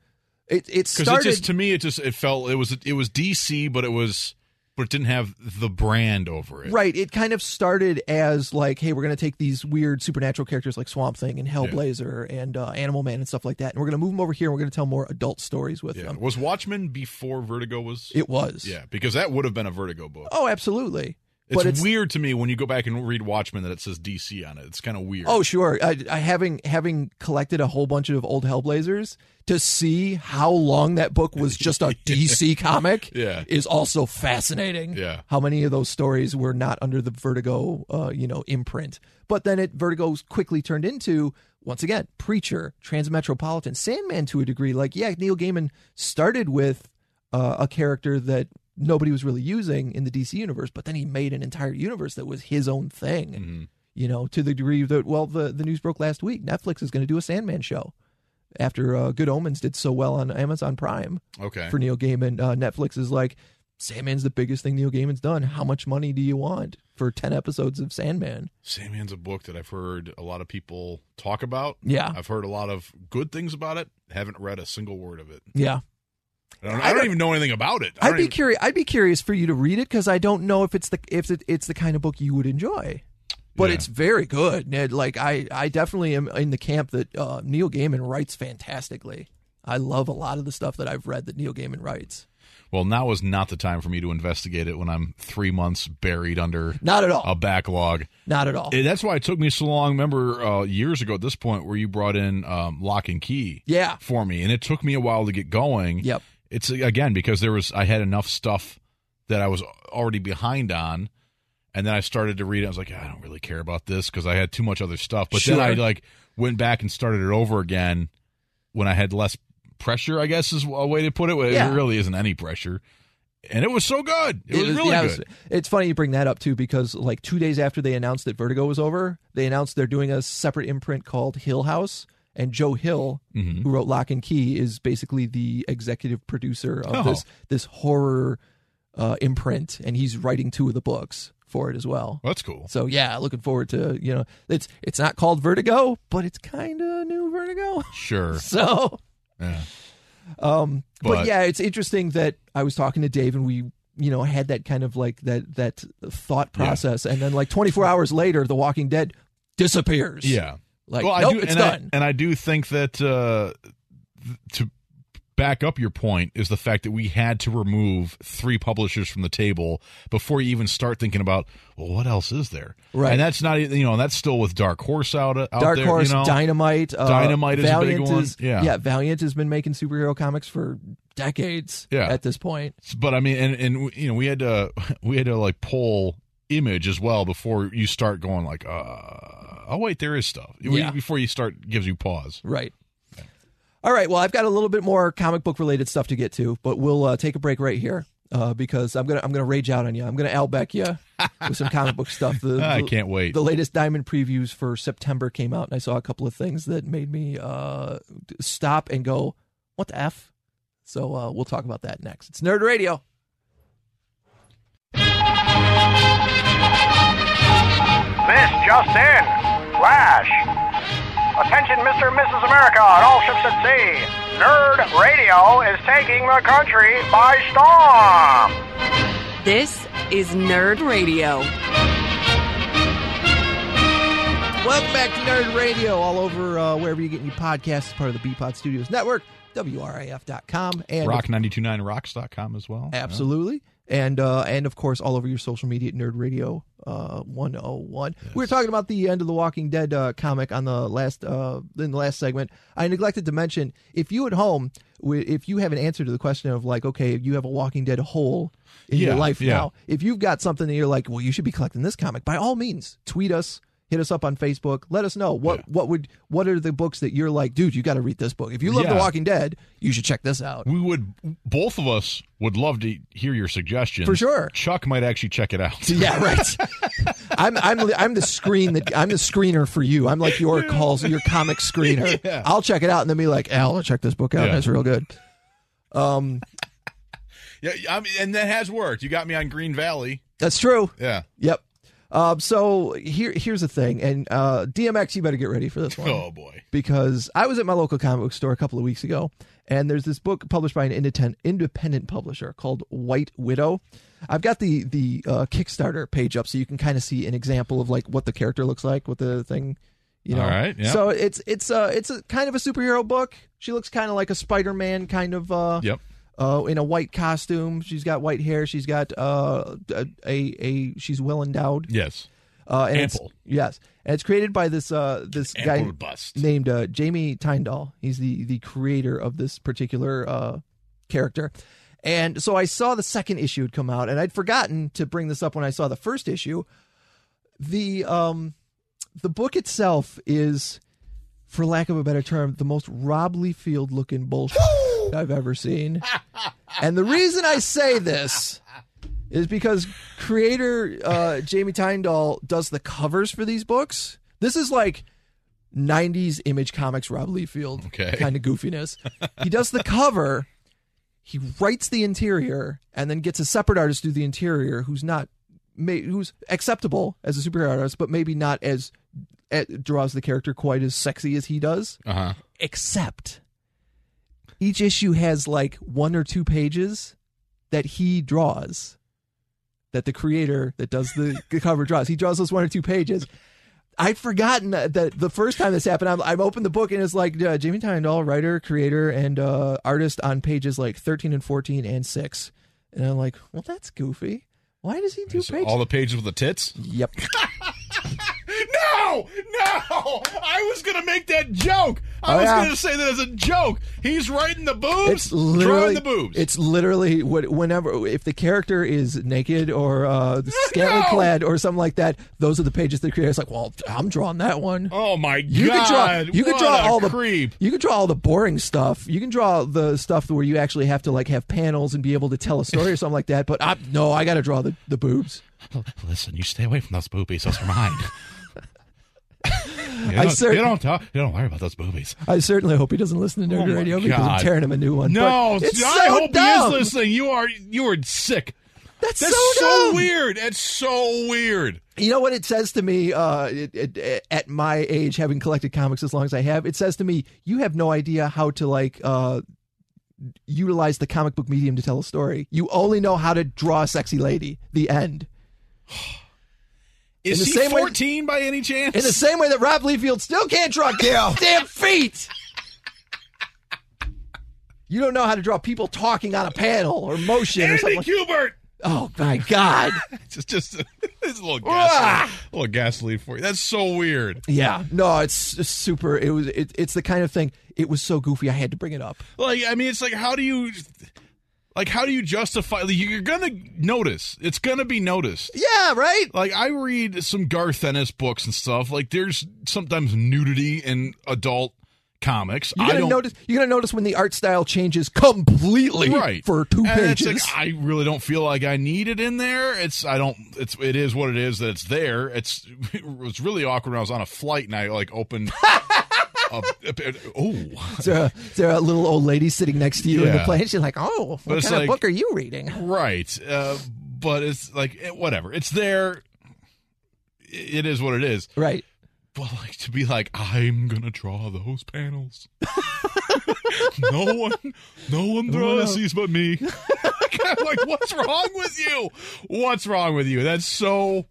It, it Because it started just to me, it just it felt it was it was DC, but it was but it didn't have the brand over it. Right. It kind of started as like, hey, we're going to take these weird supernatural characters like Swamp Thing and Hellblazer and uh, Animal Man and stuff like that, and we're going to move them over here and we're going to tell more adult stories with Yeah. them. Was Watchmen before Vertigo was? Um, It was. yeah, because that would have been a Vertigo book. Oh, absolutely. it's, but it's weird to me when you go back and read Watchmen that it says DC on it. It's kind of weird. Oh, sure. I, I having having collected a whole bunch of old Hellblazers to see how long that book was just a DC comic Yeah. is also fascinating. Yeah. How many of those stories were not under the Vertigo uh, you know, imprint. But then it Vertigo's quickly turned into once again, Preacher, Transmetropolitan, Sandman to a degree. Like, yeah, Neil Gaiman started with uh, a character that nobody was really using in the DC universe, but then he made an entire universe that was his own thing you know, to the degree that well, the the news broke last week. Netflix is going to do a Sandman show after uh, Good Omens did so well on Amazon Prime okay. for Neil Gaiman. Uh, Netflix is like, Sandman's the biggest thing Neil Gaiman's done. How much money do you want for ten episodes of Sandman? Sandman's a book that I've heard a lot of people talk about. Yeah. I've heard a lot of good things about it. Haven't read a single word of it. Yeah, I don't, I I don't don't- even know anything about it. I I'd don't be even- curious. I'd be curious for you to read it because I don't know if it's the if it, it's the kind of book you would enjoy. But Yeah. it's very good, Ned. Like I, I definitely am in the camp that uh, Neil Gaiman writes fantastically. I love a lot of the stuff that I've read that Neil Gaiman writes. Well, now is not the time for me to investigate it when I'm three months buried under Not at all. a backlog. Not at all. And that's why Oh. it took me so long. Remember, uh, years ago at this point, where you brought in um, Lock and Key, Yeah. for me, and it took me a while to get going. Yep. It's again because there was I had enough stuff that I was already behind on, and then I started to read. it. I was like, I don't really care about this because I had too much other stuff. But then Sure. I like went back and started it over again when I had less pressure. I guess is a way to put it. Yeah. It really isn't any pressure, and it was so good. It, was, really yeah, it good. was- it's funny you bring that up too because like two days after they announced that Vertigo was over, they announced they're doing a separate imprint called Hill House. And Joe Hill, Mm-hmm. who wrote Lock and Key, is basically the executive producer of Oh. this this horror uh, imprint, and he's writing two of the books for it as well. Well, that's cool. So yeah, looking forward to you know it's it's not called Vertigo, but it's kind of new Vertigo. Sure. So um, Yeah. but, But- yeah, it's interesting that I was talking to Dave and we, you know, had that kind of like that that thought process, and then like 24 hours later, The Walking Dead disappears. Yeah. like well, nope, I do, it's and done. I, and I do think that uh, th- to back up your point is the fact that we had to remove three publishers from the table before you even start thinking about well, what else is there? Right. And that's not even- you know that's still with Dark Horse out, out Dark there. Horse, you know? Dynamite, uh, Dynamite is a big Valiant one. Is, Yeah. Valiant has been making superhero comics for decades. Yeah. at this point, but I mean, and and you know we had to we had to like pull image as well before you start going like uh oh wait there is stuff Yeah. before you start gives you pause right. All right, well, I've got a little bit more comic book related stuff to get to, but we'll uh, take a break right here. Uh, because I'm gonna I'm gonna rage out on you. I'm gonna Al Beck you with some comic book stuff. The, I the- can't wait the latest diamond previews for September came out, and I saw a couple of things that made me uh, stop and go, "What the f?" So uh, we'll talk about that next. It's Nerd Radio. This just in. Flash. Attention, Mr. and Mrs. America and all ships at sea. Nerd Radio is taking the country by storm. This is Nerd Radio. Welcome back to Nerd Radio, all over uh, wherever you get your podcasts, It's part of the Bpod Studios Network, WRAF.com, and Rock929rocks.com as well. absolutely, and uh, and of course all over your social media at Nerd Radio uh, 101. We were talking about the end of the Walking Dead uh, comic on the last uh, in the last segment. I neglected to mention if you at home, wi- if you have an answer to the question of like, okay, you have a Walking Dead hole in your Yeah, life yeah. now. If you've got something that you're like, well, you should be collecting this comic, by all means, tweet us, hit us up on Facebook, let us know what what would what are the books that you're like, dude, you got to read this book. If you love The Yeah. Walking Dead, you should check this out. We would, both of us would love to hear your suggestions. For sure. Chuck might actually check it out. Yeah, right. I'm I'm I'm the screen that I'm the screener for you. I'm like your calls, your comic screener. I'll check it out and then be like, Al, I'll check this book out. Yeah. That's real good. yeah I mean, and that has worked. You got me on Green Valley. That's true. Yeah. Yep. Um, so here here's the thing, and uh, DMX, you better get ready for this one. Oh, boy. because I was at my local comic book store a couple of weeks ago, and there's this book published by an independent independent publisher called White Widow. I've got the the uh, Kickstarter page up, so you can kind of see an example of like what the character looks like, what the thing, you know. All right, yeah. So it's it's uh it's a kind of a superhero book. She looks kind of like a Spider Man kind of uh Yep. uh, in a white costume. She's got white hair. She's got uh a a, a she's well endowed. Yes. Uh, and it's- Ample. yes, and it's created by this uh, this Ample guy bust. named uh, Jamie Tyndall. He's the the creator of this particular uh, character. And so I saw the second issue had come out, and I'd forgotten to bring this up when I saw the first issue. The um, the book itself is, for lack of a better term, the most Rob Liefeld looking bullshit I've ever seen. and the reason I say this is because creator uh, Jamie Tyndall does the covers for these books. This is like 90s Image Comics Rob Liefeld Okay. kind of goofiness. he does the cover, he writes the interior, and then gets a separate artist to do the interior who's not ma- who's acceptable as a superhero artist, but maybe not as eh, draws the character quite as sexy as he does Uh huh. except each issue has like one or two pages that he draws that the creator that does the the cover draws he draws those one or two pages i'd forgotten that, that the first time this happened i'm, I'm opened the book and it's like uh, jamie tyndall writer creator and uh, artist on pages like 13 and 14 and 6 and i'm like well that's goofy why does he do pages All the pages with the tits. yep No, no! I was gonna make that joke. I Oh, was yeah. gonna say that as a joke. He's writing the boobs, It's literally drawing the boobs. It's literally what whenever if the character is naked or uh, scantily No! clad or something like that, those are the pages the creator's like, well, I'm drawing that one. oh my You god! can draw. You can what draw a all the creep. You can draw all the boring stuff. You can draw the stuff where you actually have to like have panels and be able to tell a story or something like that. But I, no, I got to draw the, the boobs. Listen, you stay away from those boobies. Those are mine. you, I don't, cer- you don't talk. You don't worry about those boobies. I certainly hope he doesn't listen to Nerd Oh my Radio because I'm God. tearing him a new one. No, but it's I so hope dumb. he is listening. You are. You are sick. That's, That's so, so dumb. weird. That's so weird. You know what it says to me uh, it, it, it- at my age, having collected comics as long as I have, it says to me, you have no idea how to like uh, utilize the comic book medium to tell a story. You only know how to draw a sexy lady. The end. Is the he same way- fourteen by any chance? In the same way that Rob Liefeld still can't draw damn feet. You don't know how to draw people talking on a panel or motion or Andy something. like- Kubert. oh my god! It's just it's a little gasoline, a little gasoline for you. That's so weird. Yeah, no, it's it's super. It was. It, it's the kind of thing. It was so goofy. I had to bring it up. Like I mean, it's like how do you, like how do you justify? Like, you're gonna notice. It's gonna be noticed. Yeah, right. Like I read some Garth Ennis books and stuff. Like there's sometimes nudity in adult comics. You're I gonna don't notice. You're gonna notice when the art style changes completely right for two And it's pages. like, ah. I really don't feel like I need it in there. It's I don't. It's it is what it is that it's there. It's it was really awkward when I was on a flight and I like opened. a- a- oh. is, there a, is there a little old lady sitting next to you in the Yeah. plane? She's like, "Oh, what it's kind like- of book are you reading?" Right. Uh, but it's like, eh, whatever. It's there. It is what it is. Right. But like to be like, I'm gonna draw those panels. no one, no one draws else. these but me. I'm like, what's wrong with you? What's wrong with you? That's so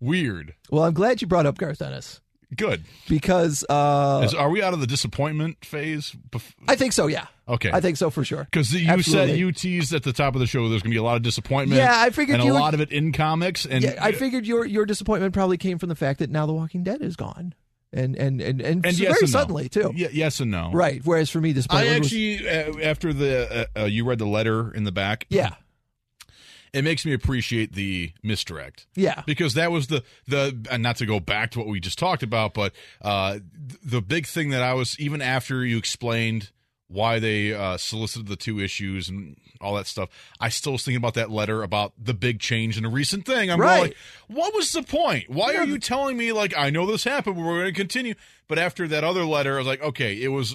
weird. Well, I'm glad you brought up Garth Ennis Good. because uh, Is- are we out of the disappointment phase? Bef- I think so. Yeah. Okay. I think so for sure. Because you said Absolutely. you teased at the top of the show, there's going to be a lot of disappointment. Yeah, I figured and you a would- lot of it in comics. And Yeah, I figured your your disappointment probably came from the fact that now The Walking Dead is gone, and and and and, and so yes very and no. suddenly too. Ye- yes and no. Right. Whereas for me, disappointment I was- actually, uh, after the uh, uh, you read the letter in the back, yeah, it makes me appreciate the misdirect yeah, because that was the the and not to go back to what we just talked about, but uh, th- the big thing that I was even after you explained why they uh, solicited the two issues and all that stuff, I still was thinking about that letter about the big change in a recent thing. I'm Right. going, what was the point? Why are you telling me like I know this happened, but we're going to continue? But after that other letter, I was like, okay, it was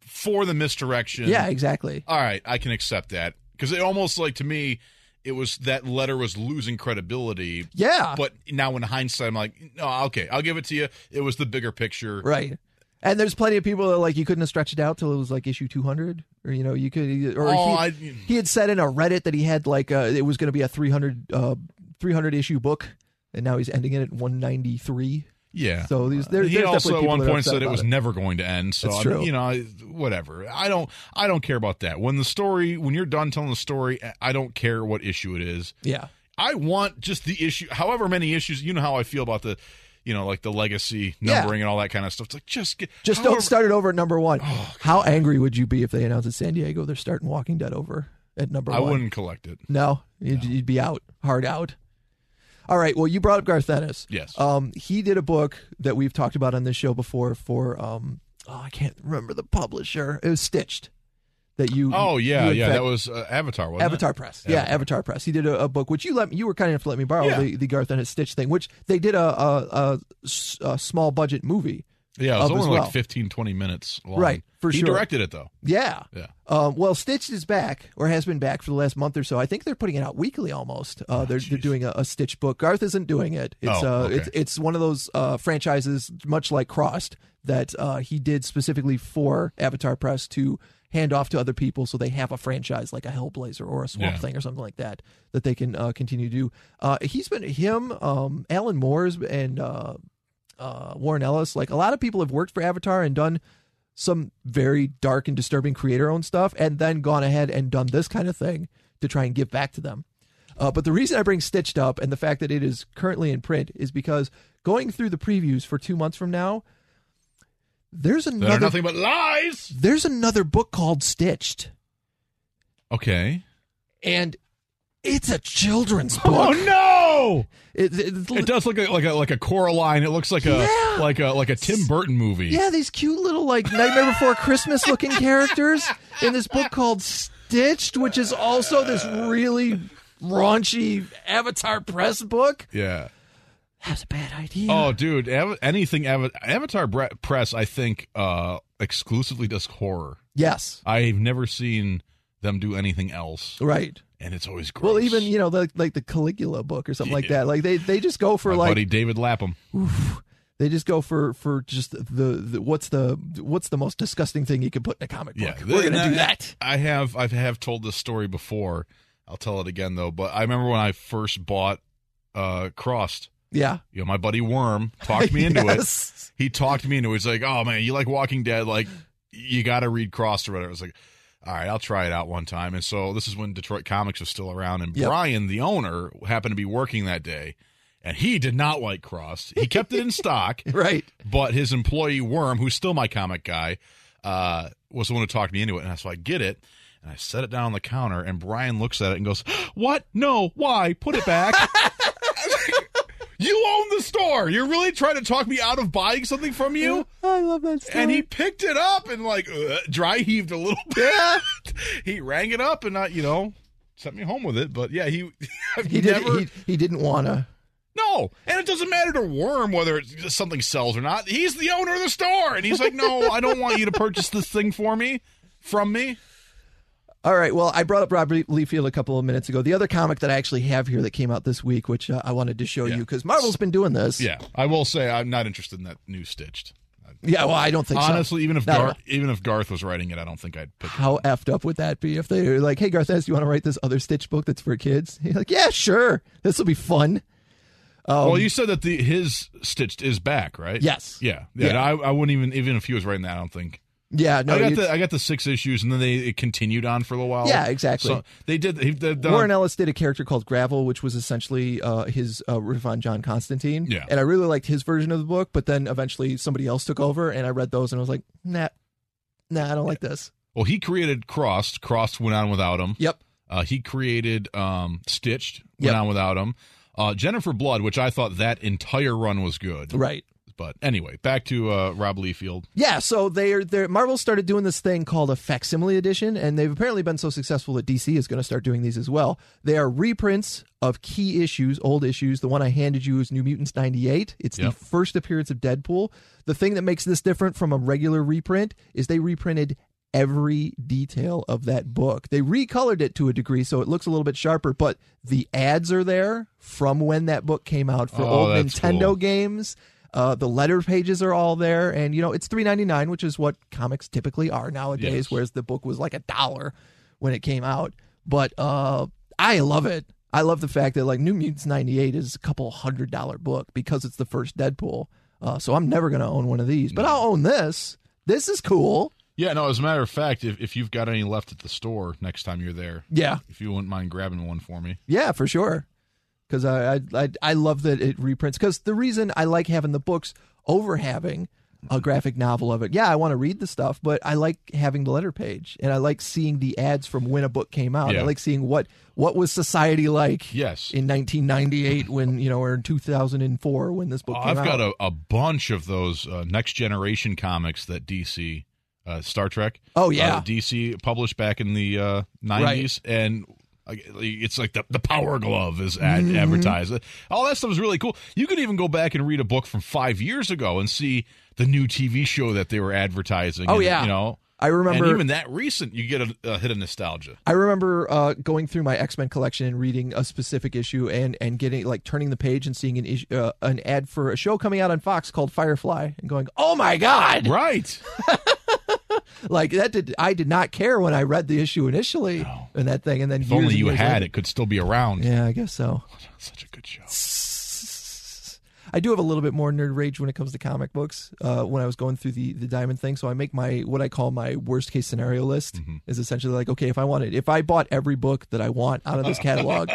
for the misdirection yeah, exactly. all right, I can accept that because it almost like to me, it was that letter was losing credibility. Yeah, But now in hindsight, I'm like, no, okay, I'll give it to you. It was the bigger picture. right. And there's plenty of people that are like you couldn't have stretched it out till it was like issue 200, or you know you could, or Oh, he, I- he had said in a Reddit that he had like uh it was going to be a 300 uh 300 issue book, and now he's ending it at 193. Yeah. So these there, he there's also definitely at people one that are point upset said it about was never going to end. So That's I true. mean, you know, I- whatever. I don't, I don't care about that. When the story, when you're done telling the story, I- I don't care what issue it is. yeah. I want just the issue, however many issues. You know how I feel about the, you know, like the legacy Yeah. numbering and all that kind of stuff. It's like just get Just however- Oh, don't start it over at number one. How angry would you be if they announced at San Diego they're starting Walking Dead over at number I one? wouldn't collect it. No, you'd, you'd be out, hard out. All right. Well, you brought up Garth Ennis. Yes. Um, he did a book that we've talked about on this show before. For um, oh, I can't remember the publisher. It was Stitched. That you. Oh yeah, you in yeah. fact- That was uh, Avatar, wasn't Avatar it? Press. Yeah, Avatar Press. He did a, a book which you let me, you were kind enough to let me borrow Yeah. the, the Garth Ennis Stitch thing, which they did a a, a s- a small budget movie. Yeah, it was Up as only well. like 15, 20 minutes long. Right, for he sure. directed it though. Yeah. Yeah. Um, well, Stitched is back, or has been back for the last month or so. I think they're putting it out weekly almost. Uh, they're, they're doing a, a Stitch book. Garth isn't doing it. Ah, It's Oh, uh, okay. it's it's one of those uh, franchises, much like Crossed, that uh, he did specifically for Avatar Press to hand off to other people, so they have a franchise like a Hellblazer or a Swamp Yeah. Thing or something like that that they can uh, continue to do. Uh, he's been him, um, Alan Moore's, and uh, uh, Warren Ellis. Like a lot of people have worked for Avatar and done some very dark and disturbing creator owned stuff and then gone ahead and done this kind of thing to try and give back to them. Uh, but the reason I bring Stitched up and the fact that it is currently in print is because going through the previews for two months from now, there's That are another nothing but lies. there's another book called Stitched, Okay. and it's a children's book. Oh, no! It- it- It does look like, like a like a Coraline. It looks like a Yeah. like a like a Tim Burton movie. yeah, these cute little like Nightmare Before Christmas looking characters in this book called Stitched, which is also this really raunchy Avatar press book. Yeah. That's a bad idea. Oh, dude. Av- anything Ava- Avatar Bre- Press, I think, uh, exclusively does horror. yes, I've never seen them do anything else, right. and it's always gross. Well, even you know, the, like the Caligula book or something like Yeah. that. Like they they just go for my like buddy David Lapham. they just go for for just the, the what's the what's the most disgusting thing you could put in a comic book. We're th- gonna and do I- that. I have I have told this story before. I'll tell it again though. But I remember when I first bought uh Crossed. Yeah. You know, my buddy Worm talked me into Yes. it. He talked me into it. He's like, "Oh man, you like Walking Dead? Like, you got to read Crossed or whatever." I was like, "All right, I'll try it out one time." And so this is when Detroit Comics was still around, and Yep. Brian, the owner, happened to be working that day, and he did not like Crossed. He kept it in stock, Right. but his employee Worm, who's still my comic guy, uh, was the one who talked me into it, and so I get it, and I set it down on the counter, and Brian looks at it and goes, "What? No, why? Put it back." You own the store. You're really trying to talk me out of buying something from you? I love that story. And he picked it up and like uh, dry heaved a little bit. he rang it up and not, you know, sent me home with it. But yeah, he I've he did never he, he didn't wanna. no, and it doesn't matter to Worm whether it's, something sells or not. He's the owner of the store, and he's like, "No, I don't want you to purchase this thing for me, from me." All right. Well, I brought up Robert Leafield a couple of minutes ago. The other comic that I actually have here that came out this week, which uh, I wanted to show you because Marvel's been doing this. Yeah, I will say I'm not interested in that new Stitched. Yeah. Well, I don't think so. Honestly, even if Not at Garth, all. even if Garth was writing it, I don't think I'd pick it. How effed up would that be if they were like, hey, Garth, do you want to write this other Stitch book that's for kids? He's like, yeah, sure. This will be fun. well, you said that the his Stitched is back, right? Um, Yes. Yeah, yeah. Yeah. I, I wouldn't even even if he was writing that, I don't think. Yeah. No, I got you- the I got the six issues, and then they it continued on for a little while. Yeah, exactly. So they did. They, they've done- Warren Ellis did a character called Gravel, which was essentially uh, his uh, riff on John Constantine. Yeah. And I really liked his version of the book, but then eventually somebody else took over, and I read those, and I was like, nah, nah, I don't like this. well, he created Crossed. Crossed went on without him. Yep. Uh, he created um, Stitched. Went Yep. on without him. Uh, Jennifer Blood, which I thought that entire run was good. Right. But anyway, back to uh, Rob Liefeld. Yeah, so they're they are Marvel started doing this thing called a facsimile edition, and they've apparently been so successful that DC is going to start doing these as well. They are reprints of key issues, old issues. The one I handed you is New Mutants '98. It's Yep. the first appearance of Deadpool. The thing that makes this different from a regular reprint is they reprinted every detail of that book. They recolored it to a degree so it looks a little bit sharper, but the ads are there from when that book came out for Oh, old that's Nintendo cool. games. Uh, the letter pages are all there, and you know it's three ninety nine, which is what comics typically are nowadays. Yes. Whereas the book was like a dollar when it came out. But uh, I love it. I love the fact that like New Mutants ninety eight is a couple hundred dollar book because it's the first Deadpool. Uh, so I'm never gonna own one of these, but I'll own this. This is cool. Yeah, no, as a matter of fact, if, if you've got any left at the store next time you're there, Yeah, if you wouldn't mind grabbing one for me. Yeah, for sure. Because I, I I I love that it reprints. Because the reason I like having the books over having a graphic novel of it. Yeah, I want to read the stuff, but I like having the letter page, and I like seeing the ads from when a book came out. Yeah. I like seeing what what was society like. Yes. in 1998 when you know, or in 2004 when this book. Oh, came I've out. got a, a bunch of those uh, next generation comics that DC, uh, Star Trek. Oh, yeah. uh, DC published back in the uh, 90s. And uh, it's like the, the Power Glove is ad- Mm-hmm. advertised. All that stuff is really cool. You could even go back and read a book from five years ago and see the new TV show that they were advertising. Oh, and, yeah. You know? I remember and even that recent, you get a, a hit of nostalgia. I remember uh, going through my X Men collection and reading a specific issue and and getting like turning the page and seeing an issue, uh, an ad for a show coming out on Fox called Firefly and going, oh my god! Right. Like that did I did not care when I read the issue initially and that thing and then If years only and you years had later- it, could still be around. Yeah, I guess so. Such a good show. I do have a little bit more nerd rage when it comes to comic books. Uh, when I was going through the the diamond thing, so I make my what I call my worst case scenario list. Is essentially like, okay, if I wanted, if I bought every book that I want out of this catalog,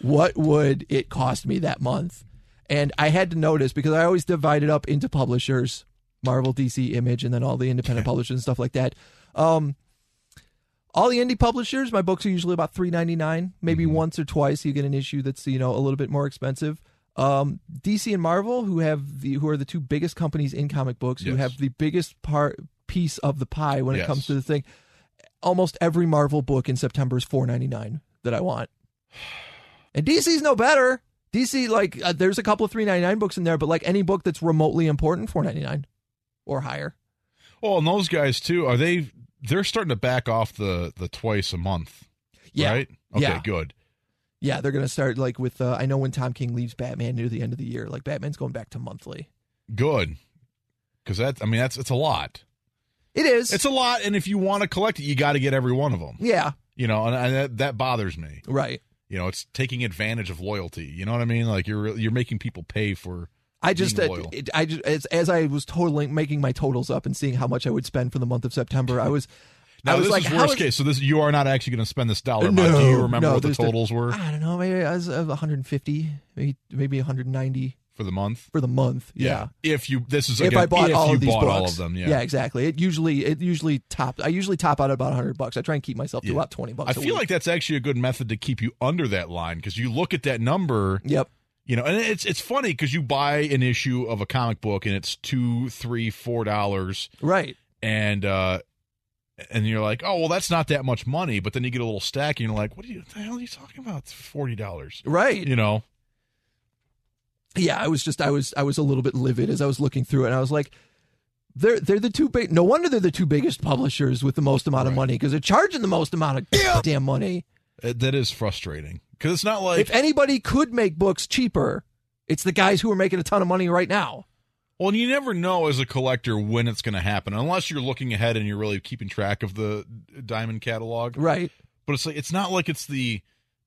what would it cost me that month? And I had to notice because I always divide it up into publishers, Marvel, DC, Image, and then all the independent publishers and stuff like that. Um, all the indie publishers, my books are usually about three ninety nine. Maybe Mm-hmm. once or twice you get an issue that's you know a little bit more expensive. Um, DC and Marvel, who have the who are the two biggest companies in comic books, who Yes. have the biggest part piece of the pie when Yes. it comes to the thing. Almost every Marvel book in September is four ninety nine that I want, and DC's no better. DC like uh, there's a couple of three ninety nine books in there, but like any book that's remotely important, four ninety nine or higher. Well, and those guys too are they? They're starting to back off the the twice a month, Yeah, right? Okay, Yeah. good. Yeah, they're gonna start like with. Uh, I know when Tom King leaves Batman near the end of the year, like Batman's going back to monthly. Good. Because that, I mean, that's it's a lot. It is. It's a lot, and if you want to collect it, you got to get every one of them. yeah. You know, and, and that, that bothers me. Right. You know, it's taking advantage of loyalty. You know what I mean? Like you're you're making people pay for. I just, Being uh, loyal. it, I just as, as I was totaling making my totals up and seeing how much I would spend for the month of September, I was, Now I was this like, is how worst is- case. So this you are not actually going to spend this dollar. No, amount. Do you remember no, what the there's the- totals were I don't know, maybe I was uh, 150, maybe maybe 190 for the month? for the month. Yeah. If you this is If again, I bought if all you of these bought books, all of them, exactly. It usually it usually topped. I usually top out at about 100 bucks. I try and keep myself to Yeah. about 20 bucks. I a feel week. like that's actually a good method to keep you under that line because you look at that number, Yep. you know, and it's it's funny because you buy an issue of a comic book and it's two, three, four dollars, Right. and uh, and you're like, oh well, that's not that much money, but then you get a little stack and you're like, what, are you, what the hell are you talking about? It's Forty dollars, Right. you know? yeah i was just i was i was a little bit livid as i was looking through it and i was like They're they're the two big. No wonder they're the two biggest publishers with the most amount of money because they're charging the most amount of damn money. Uh, that is frustrating because it's not like If anybody could make books cheaper, it's the guys who are making a ton of money right now. Well, and you never know as a collector when it's going to happen, unless you're looking ahead and you're really keeping track of the diamond catalog. Right. But it's like it's not like it's the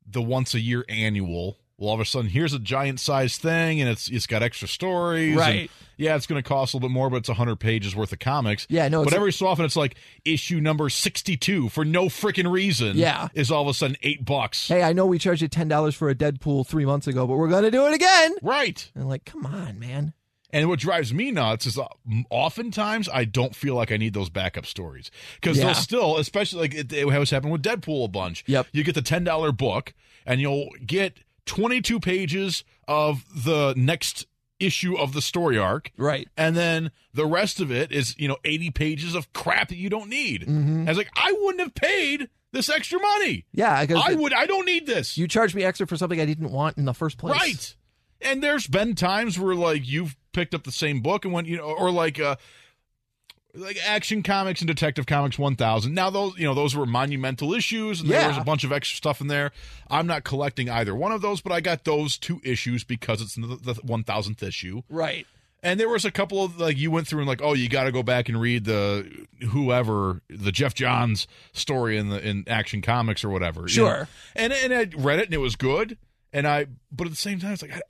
the once a year annual. Well, all of a sudden, here's a giant size thing, and it's it's got extra stories. and Right. yeah, it's going to cost a little bit more, but it's hundred pages worth of comics. Yeah, no, it's But a- every so often, it's like issue number sixty two for no freaking reason. Yeah. is all of a sudden eight bucks. Hey, I know we charged you ten dollars for a Deadpool three months ago, but we're gonna do it again. Right. And like, come on, man. And what drives me nuts is uh, m- oftentimes I don't feel like I need those backup stories because Yeah. they'll still, especially like it, it was happened with Deadpool a bunch. Yep. You get the ten dollar book and you'll get twenty two pages of the next issue of the story arc. Right. And then the rest of it is, you know, 80 pages of crap that you don't need. Mm-hmm. I was like, I wouldn't have paid this extra money. Yeah, because I would. I don't need this. you charged me extra for something I didn't want in the first place. Right. And there's been times where like you've picked up the same book and went, you know, or like uh like Action Comics and Detective Comics 1000. Now those, you know, those were monumental issues and there was Yeah. a bunch of extra stuff in there. I'm not collecting either one of those, but I got those two issues because it's the, the 1000th issue. Right. And there was a couple of like you went through and like, oh, you got to go back and read the whoever the Jeff Johns story in the in Action Comics or whatever. you Sure. know? And and I read it and it was good. And I, but at the same time, it's like, I,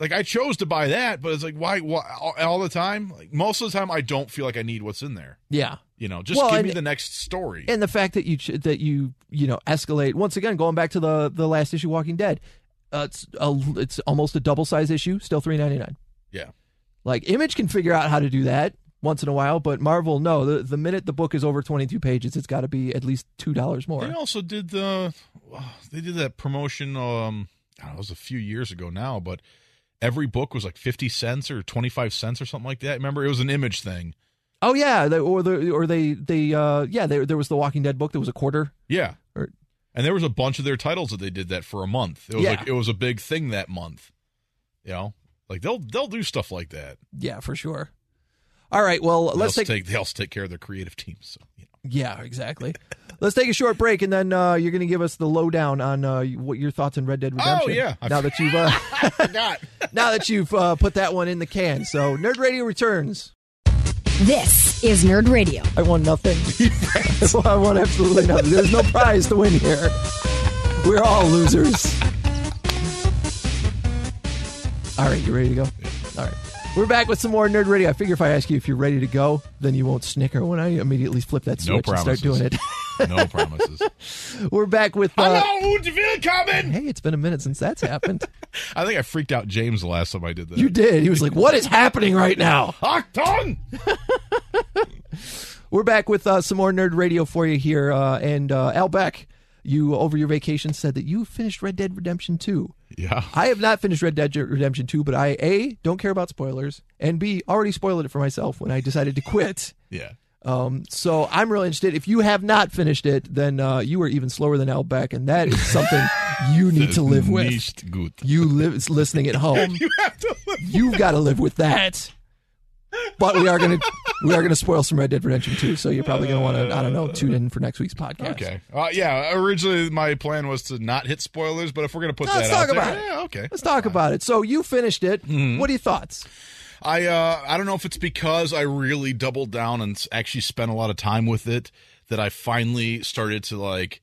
like I chose to buy that, but it's like, why, why all, all the time? Like most of the time, I don't feel like I need what's in there. Yeah. You know, just Well, give and- me the next story. and the fact that you ch- that you you know escalate once again going back to the the last issue walking dead uh, it's a, it's almost a double size issue still 399 yeah, like image can figure out how to do that once in a while but marvel no the, the minute the book is over 22 pages it's got to be at least two dollars more they also did the uh, they did that promotion. Um, I don't know, it was a few years ago now, but every book was like fifty cents or twenty five cents or something like that. Remember, it was an image thing. oh yeah they, or the or they they uh yeah there there was the walking dead book that was a quarter Yeah, Or- and there was a bunch of their titles that they did that for a month. It was Yeah. like it was a big thing that month. You know, like they'll they'll do stuff like that. yeah for sure all right well let's They take also take they also take care of their creative teams. So you know. Yeah, exactly. Let's take a short break, and then uh, you're going to give us the lowdown on uh, what your thoughts on Red Dead Redemption. yeah. I now that you've uh, forgot. now that you've uh, put that one in the can, so Nerd Radio returns. This is Nerd Radio. I won nothing. I won absolutely nothing. There's no prize to win here. We're all losers. All right, you ready to go? All right. We're back with some more Nerd Radio. I figure if I ask you if you're ready to go, then you won't snicker when I immediately flip that No switch and start promises. doing it. No promises. We're back with. Uh, Hello, willkommen. hey, it's been a minute since that's happened. I think I freaked out James the last time I did that. you did. He was like, "What is happening right now?" Achtung! We're back with uh, some more nerd radio for you here, uh, and uh, Al Beck, you over your vacation said that you finished Red Dead Redemption Two. Yeah. I have not finished Red Dead Redemption Two, but I a don't care about spoilers, and b already spoiled it for myself when I decided to quit. Yeah. Um, so I'm really interested. If you have not finished it, then uh, you are even slower than Al Beck, and that is something you need to live with. Nicht gut. You live listening at home. You have to live. you've got to live with that. But we are gonna we are gonna spoil some Red Dead Redemption too, so you're probably gonna want to I don't know tune in for next week's podcast. Okay. Uh, yeah. Originally, my plan was to not hit spoilers, but if we're gonna put Let's that out talk there- about it. yeah, okay. Let's talk about it. So you finished it. Mm-hmm. What are your thoughts? I uh, I don't know if it's because I really doubled down and s- actually spent a lot of time with it that I finally started to like.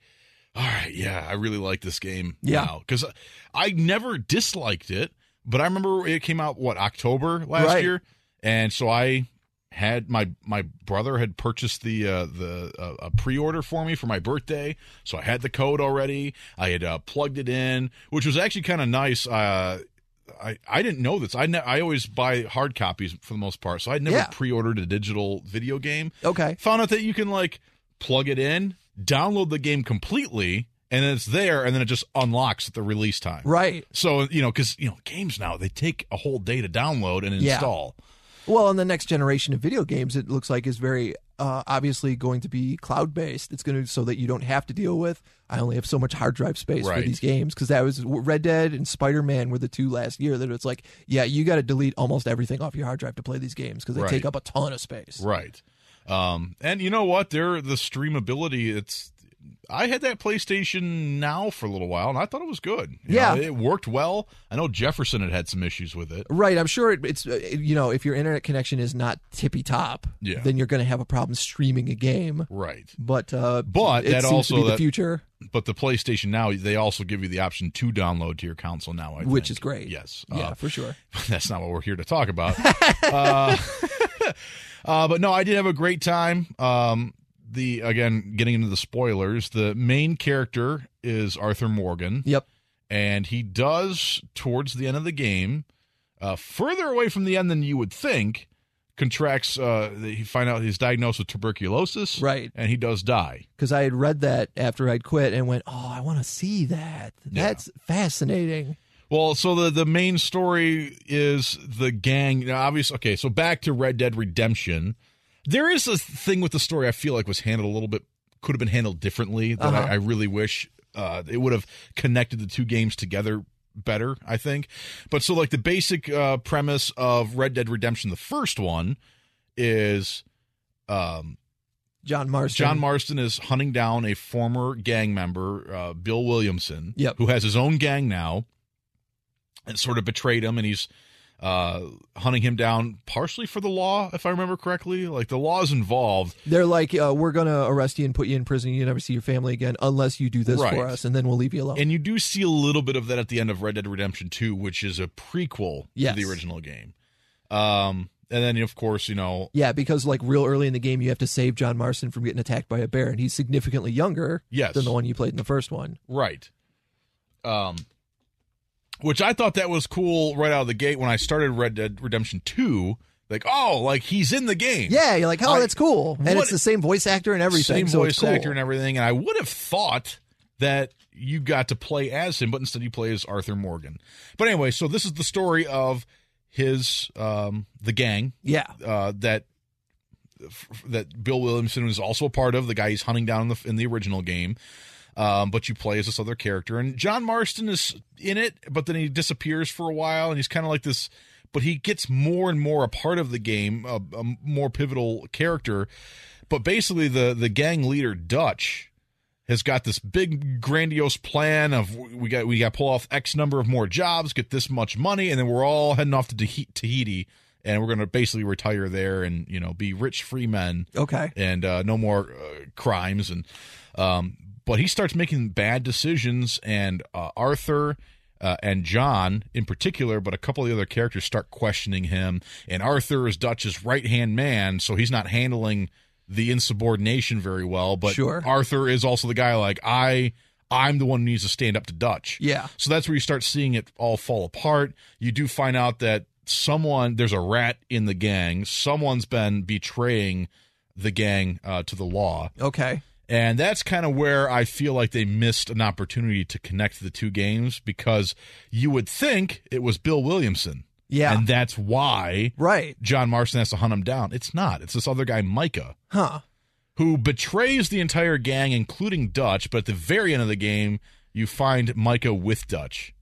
All right, yeah, I really like this game. Yeah. because I never disliked it, but I remember it came out what October last Right. year, and so I had my my brother had purchased the uh, the uh, a pre-order for me for my birthday, so I had the code already. I had uh, plugged it in, which was actually kind of nice. Uh, I, I didn't know this. I ne- I always buy hard copies for the most part, so I never Yeah. Oh, pre-ordered a digital video game. Okay. Found out that you can like plug it in, download the game completely, and then it's there, and then it just unlocks at the release time. Right. So you know, because you know, games now they take a whole day to download and Yeah. install. Well, in the next generation of video games, it looks like is very uh, obviously going to be cloud based. It's going to so that you don't have to deal with. I only have so much hard drive space Right. for these games because that was Red Dead and Spider Man were the two last year that it's like, yeah, you got to delete almost everything off your hard drive to play these games because they Right. take up a ton of space. Right. Um, and you know what? They're the streamability. It's I had that PlayStation Now for a little while, and I thought it was good. You Yeah. know, it worked well. I know Jefferson had had some issues with it. Right, I'm sure it, it's uh, you know if your internet connection is not tippy top, Yeah. then you're going to have a problem streaming a game. Right. But uh, But it that seems also to be that- the future. But the PlayStation Now, they also give you the option to download to your console now, I Which think. is great. Yes. Yeah, Uh, for sure. that's not what we're here to talk about. uh, uh, but no, I did have a great time. Um, the again, getting into the spoilers, the main character is Arthur Morgan. Yep. and he does towards the end of the game, uh, further away from the end than you would think, contracts. Uh, he find out he's diagnosed with tuberculosis, Right. And he does die. because I had read that after I'd quit and went, oh, I want to see that. That's fascinating. Well, so the the main story is the gang. Now, obviously, okay. So back to Red Dead Redemption. There is a thing with the story I feel like was handled a little bit could have been handled differently that I, I really wish uh, it would have connected the two games together better. I think, but so like the basic uh, premise of Red Dead Redemption, the first one, is um, John Marston. John Marston is hunting down a former gang member, uh, Bill Williamson, Yep. who has his own gang now, and sort of betrayed him, and he's uh, hunting him down partially for the law, if I remember correctly. Like the law is involved, They're like, uh, we're going to arrest you and put you in prison. You never see your family again unless you do this Right. for us, and then we'll leave you alone. and you do see a little bit of that at the end of Red Dead Redemption Two, which is a prequel Yes. to the original game. Um, and then, of course, you know, yeah, because like real early in the game, you have to save John Marston from getting attacked by a bear, and he's significantly younger Yes. than the one you played in the first one. Right. Um which I thought that was cool right out of the gate when I started Red Dead Redemption 2, like oh, like he's in the game. Yeah, you're like, oh, I- that's cool. And what- it's the same voice actor and everything. Same so voice it's cool. actor and everything, and I would have thought that you got to play as him, but instead you play as Arthur Morgan. But anyway, so this is the story of his um the gang Yeah. uh, that f- that Bill Williamson was also a part of, the guy he's hunting down in the in the original game. Um, but you play as this other character, and John Marston is in it, but then he disappears for a while, and he's kind of like this. But he gets more and more a part of the game, a, a more pivotal character. But basically, the the gang leader Dutch has got this big grandiose plan of we got we got to pull off X number of more jobs, get this much money, and then we're all heading off to Tahi- Tahiti, and we're going to basically retire there and you know be rich free men Okay. and uh, no more uh, crimes and um, but he starts making bad decisions and uh, Arthur uh, and John in particular but a couple of the other characters start questioning him and Arthur is Dutch's right hand man so he's not handling the insubordination very well but Sure. Arthur is also the guy like I I'm the one who needs to stand up to Dutch Yeah. so that's where you start seeing it all fall apart. You do find out that someone, there's a rat in the gang. Someone's been betraying the gang uh, to the law. Okay. And that's kind of where I feel like they missed an opportunity to connect the two games because you would think it was Bill Williamson. Yeah. And that's why right. John Marston has to hunt him down. It's not, it's this other guy, Micah Huh. who betrays the entire gang, including Dutch. But at the very end of the game, you find Micah with Dutch.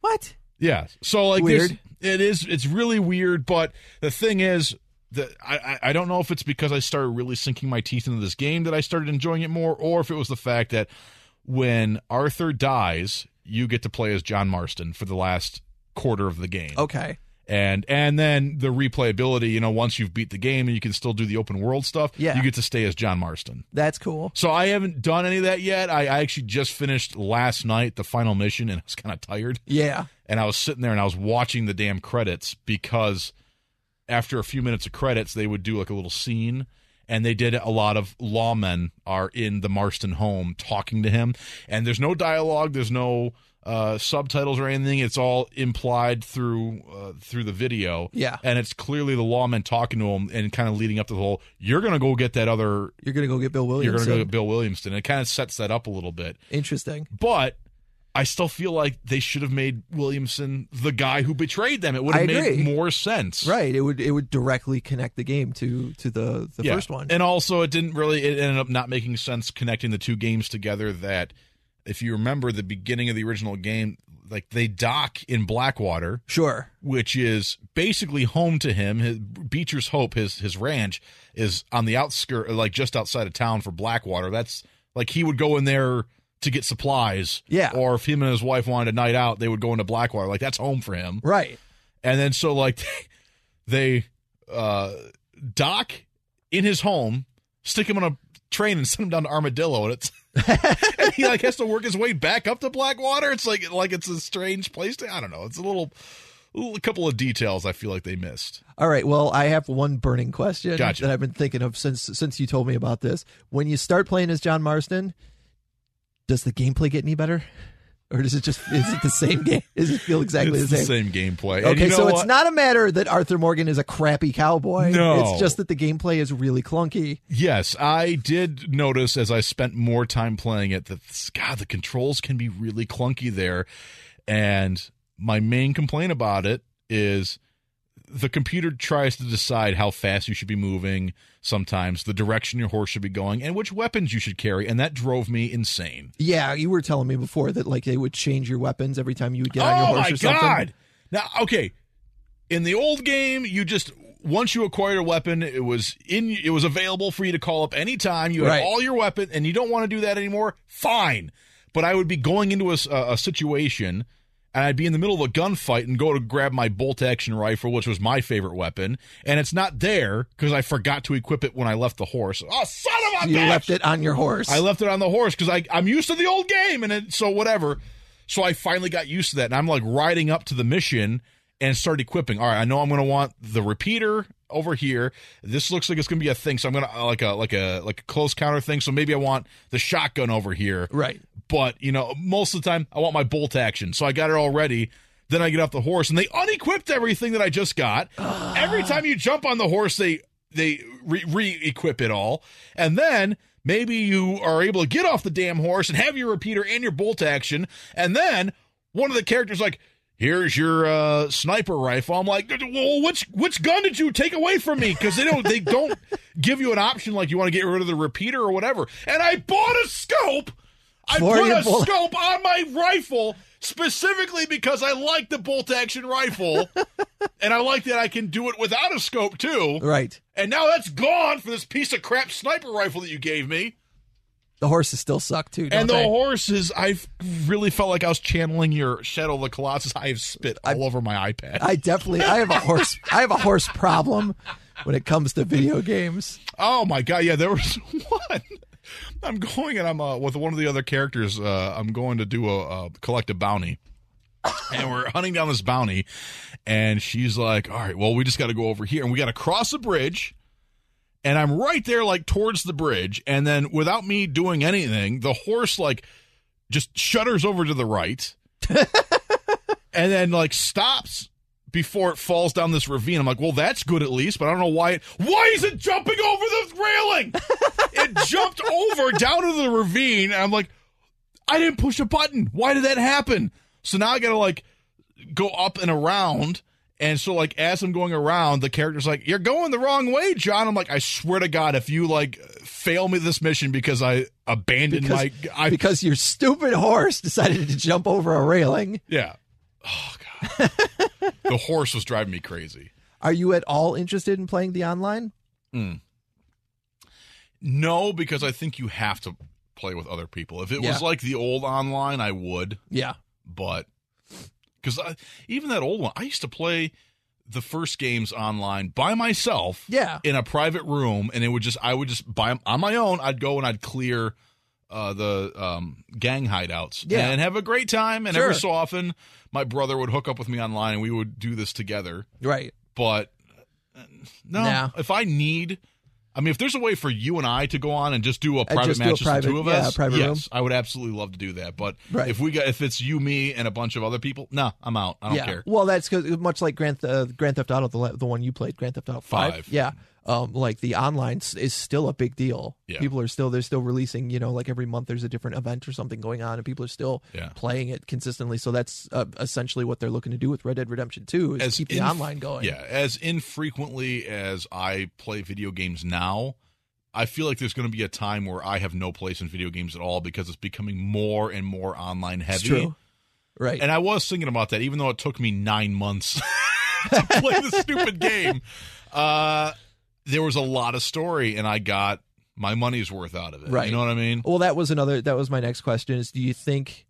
What? Yeah. So like Weird. there's- It is. It's really weird. But the thing is. that I, I- I don't know if it's because I started really sinking my teeth into this game that I started enjoying it more, or if it was the fact that when Arthur dies, you get to play as John Marston for the last quarter of the game Okay. and and then the replayability you know once you've beat the game and you can still do the open world stuff Yeah. you get to stay as john marston That's cool. so i haven't done any of that yet i, I actually just finished last night the final mission and i was kind of tired Yeah. and i was sitting there and i was watching the damn credits because after a few minutes of credits they would do like a little scene and they did a lot of lawmen are in the marston home talking to him and there's no dialogue there's no uh, subtitles or anything it's all implied through uh, through the video Yeah. and it's clearly the lawmen talking to him and kind of leading up to the whole you're gonna go get that other You're gonna go get Bill you're Williams. gonna go get bill williamson it kind of sets that up a little bit Interesting. but I still feel like they should have made Williamson the guy who betrayed them. It would I have made agree. more sense. Right. It would it would directly connect the game to to the the Yeah. first one. And also, it didn't really, it ended up not making sense connecting the two games together. That if you remember the beginning of the original game, like they dock in Blackwater, sure. which is basically home to him. His, Beecher's Hope, his his ranch, is on the outskirt, like just outside of town for Blackwater. That's like he would go in there to get supplies. Yeah. Or if him and his wife wanted a night out, they would go into Blackwater. Like that's home for him. Right. And then so like they uh dock in his home, stick him on a train and send him down to Armadillo and it's and he like has to work his way back up to Blackwater. It's like like it's a strange place to I don't know. It's a little, little a couple of details I feel like they missed. All right. Well, I have one burning question Gotcha. that I've been thinking of since since you told me about this. When you start playing as John Marston, does the gameplay get any better? Or does it just is it the same game? Does it feel exactly it's the the same same? gameplay. And Okay, you know so it's what? not a matter that Arthur Morgan is a crappy cowboy. No. It's just that the gameplay is really clunky. Yes, I did notice as I spent more time playing it that God, the controls can be really clunky there. And my main complaint about it is the computer tries to decide how fast you should be moving sometimes, the direction your horse should be going, and which weapons you should carry, and that drove me insane. Yeah, you were telling me before that like they would change your weapons every time you would get on your oh horse my or something. god! Now, okay, in the old game, you just once you acquired a weapon, it was in it was available for you to call up anytime. You had Right. all your weapon, and you don't want to do that anymore. Fine, but I would be going into a, s- a- a situation. And I'd be in the middle of a gunfight and go to grab my bolt action rifle, which was my favorite weapon, and it's not there because I forgot to equip it when I left the horse. Oh, son of a You bitch! left it on your horse. I left it on the horse because I I'm used to the old game and it, so whatever. So I finally got used to that, and I'm like riding up to the mission and start equipping. All right, I know I'm going to want the repeater over here. This looks like it's going to be a thing, so I'm going to like a like a like a close counter thing. So maybe I want the shotgun over here right. but you know most of the time i want my bolt action so i got it all ready then i get off the horse and they unequipped everything that i just got every time you jump on the horse they they re- re-equip it all and then maybe you are able to get off the damn horse and have your repeater and your bolt action and then one of the characters like here's your uh, sniper rifle i'm like well which which gun did you take away from me because they don't they don't give you an option like you want to get rid of the repeater or whatever and i bought a scope I For put your a bolt- scope on my rifle specifically because I like the bolt action rifle, and I like that I can do it without a scope too. Right. And now that's gone for this piece of crap sniper rifle that you gave me. The horses still suck too. Don't and the they? horses, I really felt like I was channeling your Shadow of the Colossus. I have spit all over my iPad. I definitely I have a horse I have a horse problem when it comes to video games. Oh my god, yeah, there was one. I'm going and I'm uh, with one of the other characters. Uh, I'm going to do a, a collect a bounty, and we're hunting down this bounty. And she's like, "All right, well, we just got to go over here, and we got to cross a bridge." And I'm right there, like towards the bridge, and then without me doing anything, the horse like just shudders over to the right, and then like stops before it falls down this ravine. I'm like, well, that's good at least, but I don't know why. It, why is it jumping over the railing? it jumped over down to the ravine. And I'm like, I didn't push a button. Why did that happen? So now I gotta like go up and around. And so like as I'm going around, the character's like, "You're going the wrong way, John." I'm like, "I swear to God, if you like fail me this mission because I abandoned Because, my I because your stupid horse decided to jump over a railing. Yeah. Oh god. the horse was driving me crazy. Are you at all interested in playing the online? No, because I think you have to play with other people. If it Yeah. was like the old online, I would, Yeah. but because even that old one, I used to play the first games online by myself. Yeah. in a private room, and it would just I would just buy on my own. I'd go and I'd clear uh, the um, gang hideouts, Yeah. and have a great time. And every Sure. so often, my brother would hook up with me online, and we would do this together. Right. but uh, no. Nah. If I need, I mean, if there's a way for you and I to go on and just do a private just do a match, just the private- two of yeah, us, private yes, room. I would absolutely love to do that. But Right. if we got, if it's you, me, and a bunch of other people, nah, I'm out. I don't yeah. care. Well, that's 'cause- much like Grand, Th- uh, Grand Theft Auto, the, la- the one you played, Grand Theft Auto 5. Five. Yeah. um, like the online s- is still a big deal. Yeah. People are still they're still releasing. You know, like every month there's a different event or something going on, and people are still Yeah. playing it consistently. So that's uh, essentially what they're looking to do with Red Dead Redemption Two is keep the inf- online going. Yeah, as infrequently as I play video games now, I feel like there's going to be a time where I have no place in video games at all because it's becoming more and more online heavy. it's true. Right. And I was thinking about that, even though it took me nine months to play the stupid game. Uh, there was a lot of story, and I got my money's worth out of it. Right. Oh. You know what I mean? Well, that was another. That was my next question: Is do you think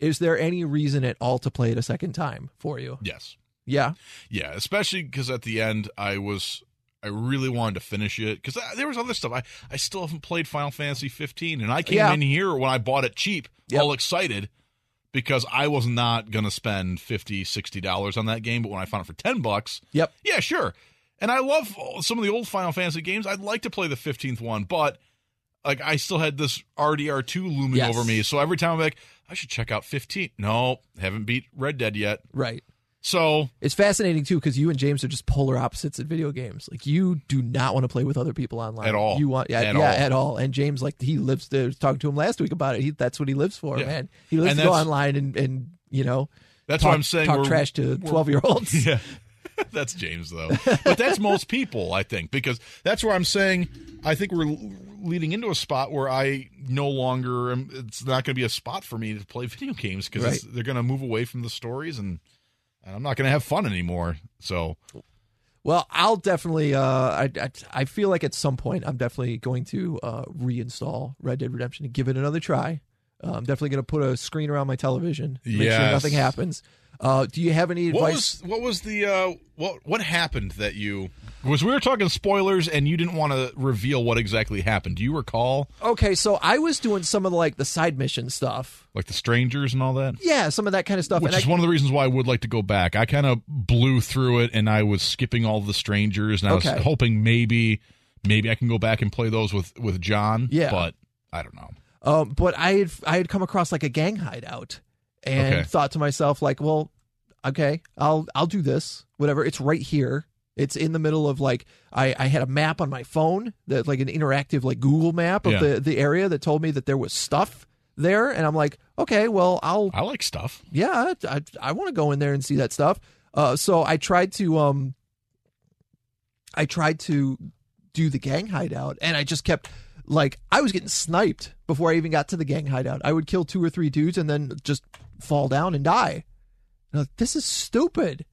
is there any reason at all to play it a second time for you? Yes. Yeah, Yeah, especially because at the end I was I really wanted to finish it because there was other stuff I I still haven't played Final Fantasy 15 and I came Yeah. in here when I bought it cheap, Yep. all excited because I was not gonna spend 50 60 dollars on that game, but when I found it for ten bucks, Yep. yeah, sure. And I love all- some of the old Final Fantasy games. I'd like to play the 15th one, but like I still had this RDR2 looming Yes. over me. So every time I'm like, I should check out 15. No, haven't beat Red Dead yet. right. So It's fascinating too because you and James are just polar opposites at video games. Like you do not want to play with other people online At all. You want yeah, At yeah all. at all. And James like he lives. I was talking to him last week about it. He, that's what he lives for, Yeah. man. He lives And to go that's- online and and you know That's talk, what I'm saying. Talk we're- trash to we're- twelve year olds. Yeah. that's James though. But that's most people, I think, because that's where I'm saying I think we're l- leading into a spot where I no longer am, it's not going to be a spot for me to play video games because Right. they're going to move away from the stories and, and I'm not going to have fun anymore. So Well, I'll definitely. Uh, I, I I feel like at some point I'm definitely going to uh, reinstall Red Dead Redemption and give it another try. Uh, I'm definitely going to put a screen around my television, make sure Yes. nothing happens. Uh, do you have any what advice? was what was the uh, what what happened that you was we were talking spoilers and you didn't want to reveal what exactly happened. Do you recall okay, so I was doing some of the, like the side mission stuff. like the strangers and all that? Yeah, some of that kind of stuff. Which and is I, one of the reasons why I would like to go back. I kind of blew through it, and I was skipping all the strangers, and I Okay. was hoping maybe, maybe I can go back and play those with with John. Yeah. but I don't know. Um, but I had I had come across like a gang hideout, and Okay. thought to myself like, well, okay, I'll I'll do this. Whatever, it's right here. It's in the middle of like I, I had a map on my phone that like an interactive like Google map of Yeah. the the area that told me that there was stuff there, and I'm like, okay, well, I'll I like stuff. yeah, I I want to go in there and see that stuff. Uh, so I tried to um, I tried to do the gang hideout, and I just kept like I was getting sniped before I even got to the gang hideout. I would kill two or three dudes and then just fall down and die. And I was like, this is stupid.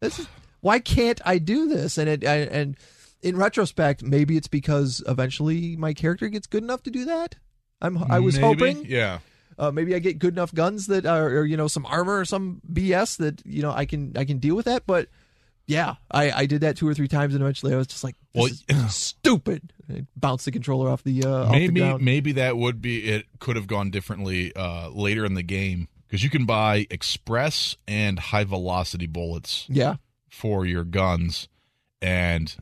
This is why can't I do this? And it I, and in retrospect, maybe it's because eventually my character gets good enough to do that. I'm I was Maybe. hoping. yeah. Uh, maybe I get good enough guns that are, or you know, some armor or some BS that you know I can I can deal with that. But yeah, I I did that two or three times, and eventually I was just like, Well, this is stupid. And I bounced the controller off the uh, off the Maybe ground. maybe that would be it. Could have gone differently uh, later in the game because you can buy express and high velocity bullets yeah, for your guns, and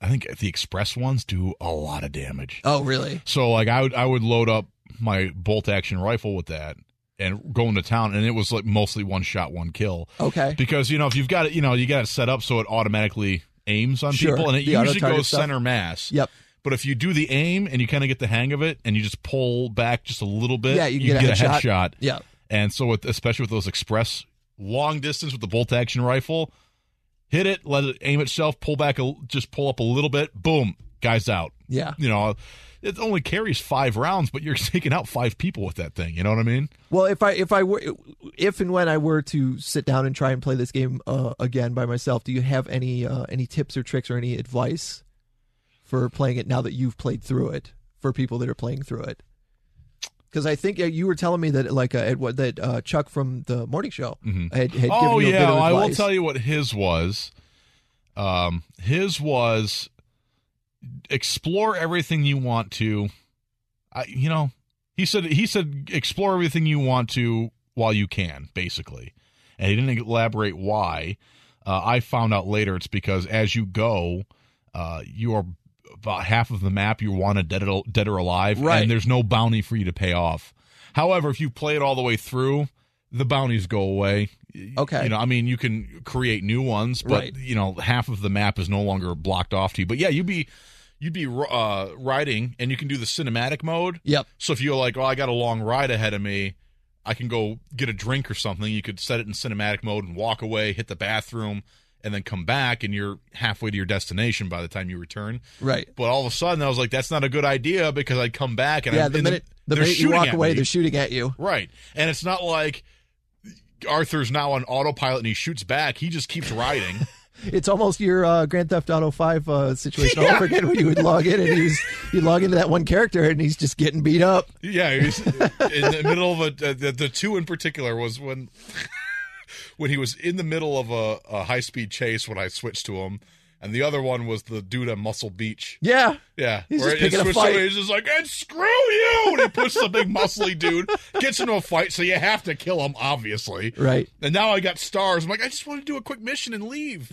I think the express ones do a lot of damage. Oh, really? So like I would I would load up my bolt action rifle with that and go into town and it was like mostly one shot one kill Okay. because you know if you've got it you know you got it set up so it automatically aims on Sure, people and it the auto usually target goes stuff. center mass. Yep. But if you do the aim and you kind of get the hang of it and you just pull back just a little bit, Yeah, you can get a headshot. Yeah. And so with especially with those express long distance with the bolt action rifle, hit it, let it aim itself, pull back a, just pull up a little bit, boom, guys out Yeah. you know, it only carries five rounds, but you're taking out five people with that thing. You know what I mean? Well, if I if I were if and when I were to sit down and try and play this game uh, again by myself, do you have any uh, any tips or tricks or any advice for playing it now that you've played through it for people that are playing through it? Because I think uh, you were telling me that like uh, at what that uh, Chuck from the morning show had, had Oh given you a bit yeah, of I will advice. tell you what his was. Um, his was explore everything you want to. I, you know, he said he said explore everything you want to while you can, basically, and he didn't elaborate why. Uh, I found out later it's because as you go, uh, you are about half of the map you want to dead or, dead or alive, Right. and there's no bounty for you to pay off. However, if you play it all the way through, the bounties go away. Y- Okay. You know, I mean, you can create new ones, but Right. you know, half of the map is no longer blocked off to you. But yeah, you'd be you'd be uh, riding, and you can do the cinematic mode. Yep. So if you're like, oh, I got a long ride ahead of me, I can go get a drink or something. You could set it in cinematic mode and walk away, hit the bathroom, and then come back, and you're halfway to your destination by the time you return. Right. But all of a sudden, I was like, that's not a good idea because I'd come back and yeah, I'm the in minute the they're minute you shooting walk at away, me. they're shooting at you. Right. And it's not like Arthur's now on autopilot and he shoots back. He just keeps riding. It's almost your uh, Grand Theft Auto Five uh, situation all over again when you would log in and he was you log into that one character and he's just getting beat up. yeah, he's in the middle of a uh, the, the two in particular was when when he was in the middle of a, a high speed chase when I switched to him. And the other one was the dude at Muscle Beach. Yeah, Yeah, He's where just it picking a switched over, fight. He's just like, and screw you! And he puts the big muscly dude, gets into a fight, so you have to kill him, obviously. Right. And now I got stars. I'm like, I just want to do a quick mission and leave.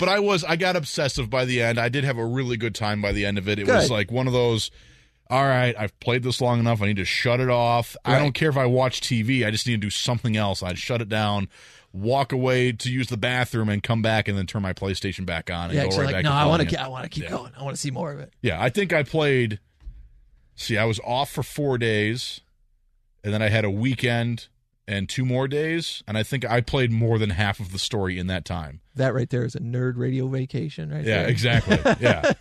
but I was, I got obsessive by the end. I did have a really good time by the end of it. It was Good. like one of those. All right, I've played this long enough. I need to shut it off. I don't care if I watch TV. I just need to do something else. I'd shut it down, walk away to use the bathroom, and come back, and then turn my PlayStation back on and yeah. go It's right like back. no, I want want to I want to keep Yeah. going. I want to see more of it. yeah, I think I played. See, I was off for four days, and then I had a weekend and two more days, and I think I played more than half of the story in that time. That right there is a nerd radio vacation, right Yeah, there. exactly. Yeah,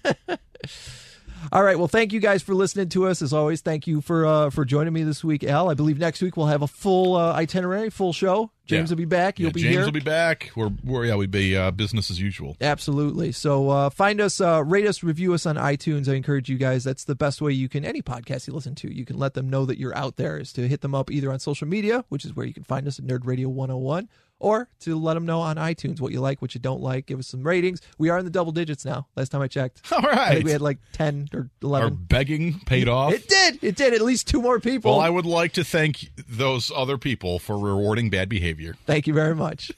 All right. Well, thank you guys for listening to us. As always, thank you for uh, for joining me this week, Al. I believe next week we'll have a full uh, itinerary, full show. James Yeah. will be back. You'll Yeah, be James here. will be back. We're, we're yeah, we'd be uh, business as usual. Absolutely. So uh, find us, uh, rate us, review us on iTunes. I encourage you guys. That's the best way you can, any podcast you listen to, you can let them know that you're out there is to hit them up either on social media, which is where you can find us at Nerd Radio 101, or to let them know on iTunes what you like, what you don't like. Give us some ratings. We are in the double digits now. Last time I checked, All I right, think we had like 10 or our 11. begging paid off. It did. It did. At least two more people. well, I would like to thank those other people for rewarding bad behavior. Thank you very much.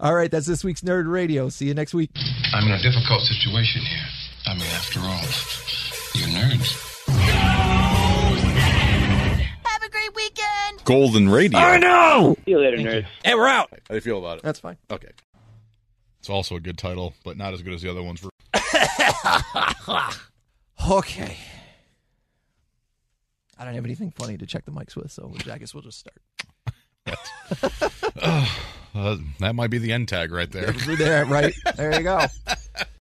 All right. That's this week's Nerd Radio. See you next week. I'm in a difficult situation here. I mean, after all, you're nerds. Have a great weekend. Golden radio. And we're out. How do you feel about it? That's fine. Okay. It's also a good title, but not as good as the other ones. Okay. I don't have anything funny to check the mics with, so I guess we'll just start. Uh, that might be the end tag right there. We're there, right? There you go.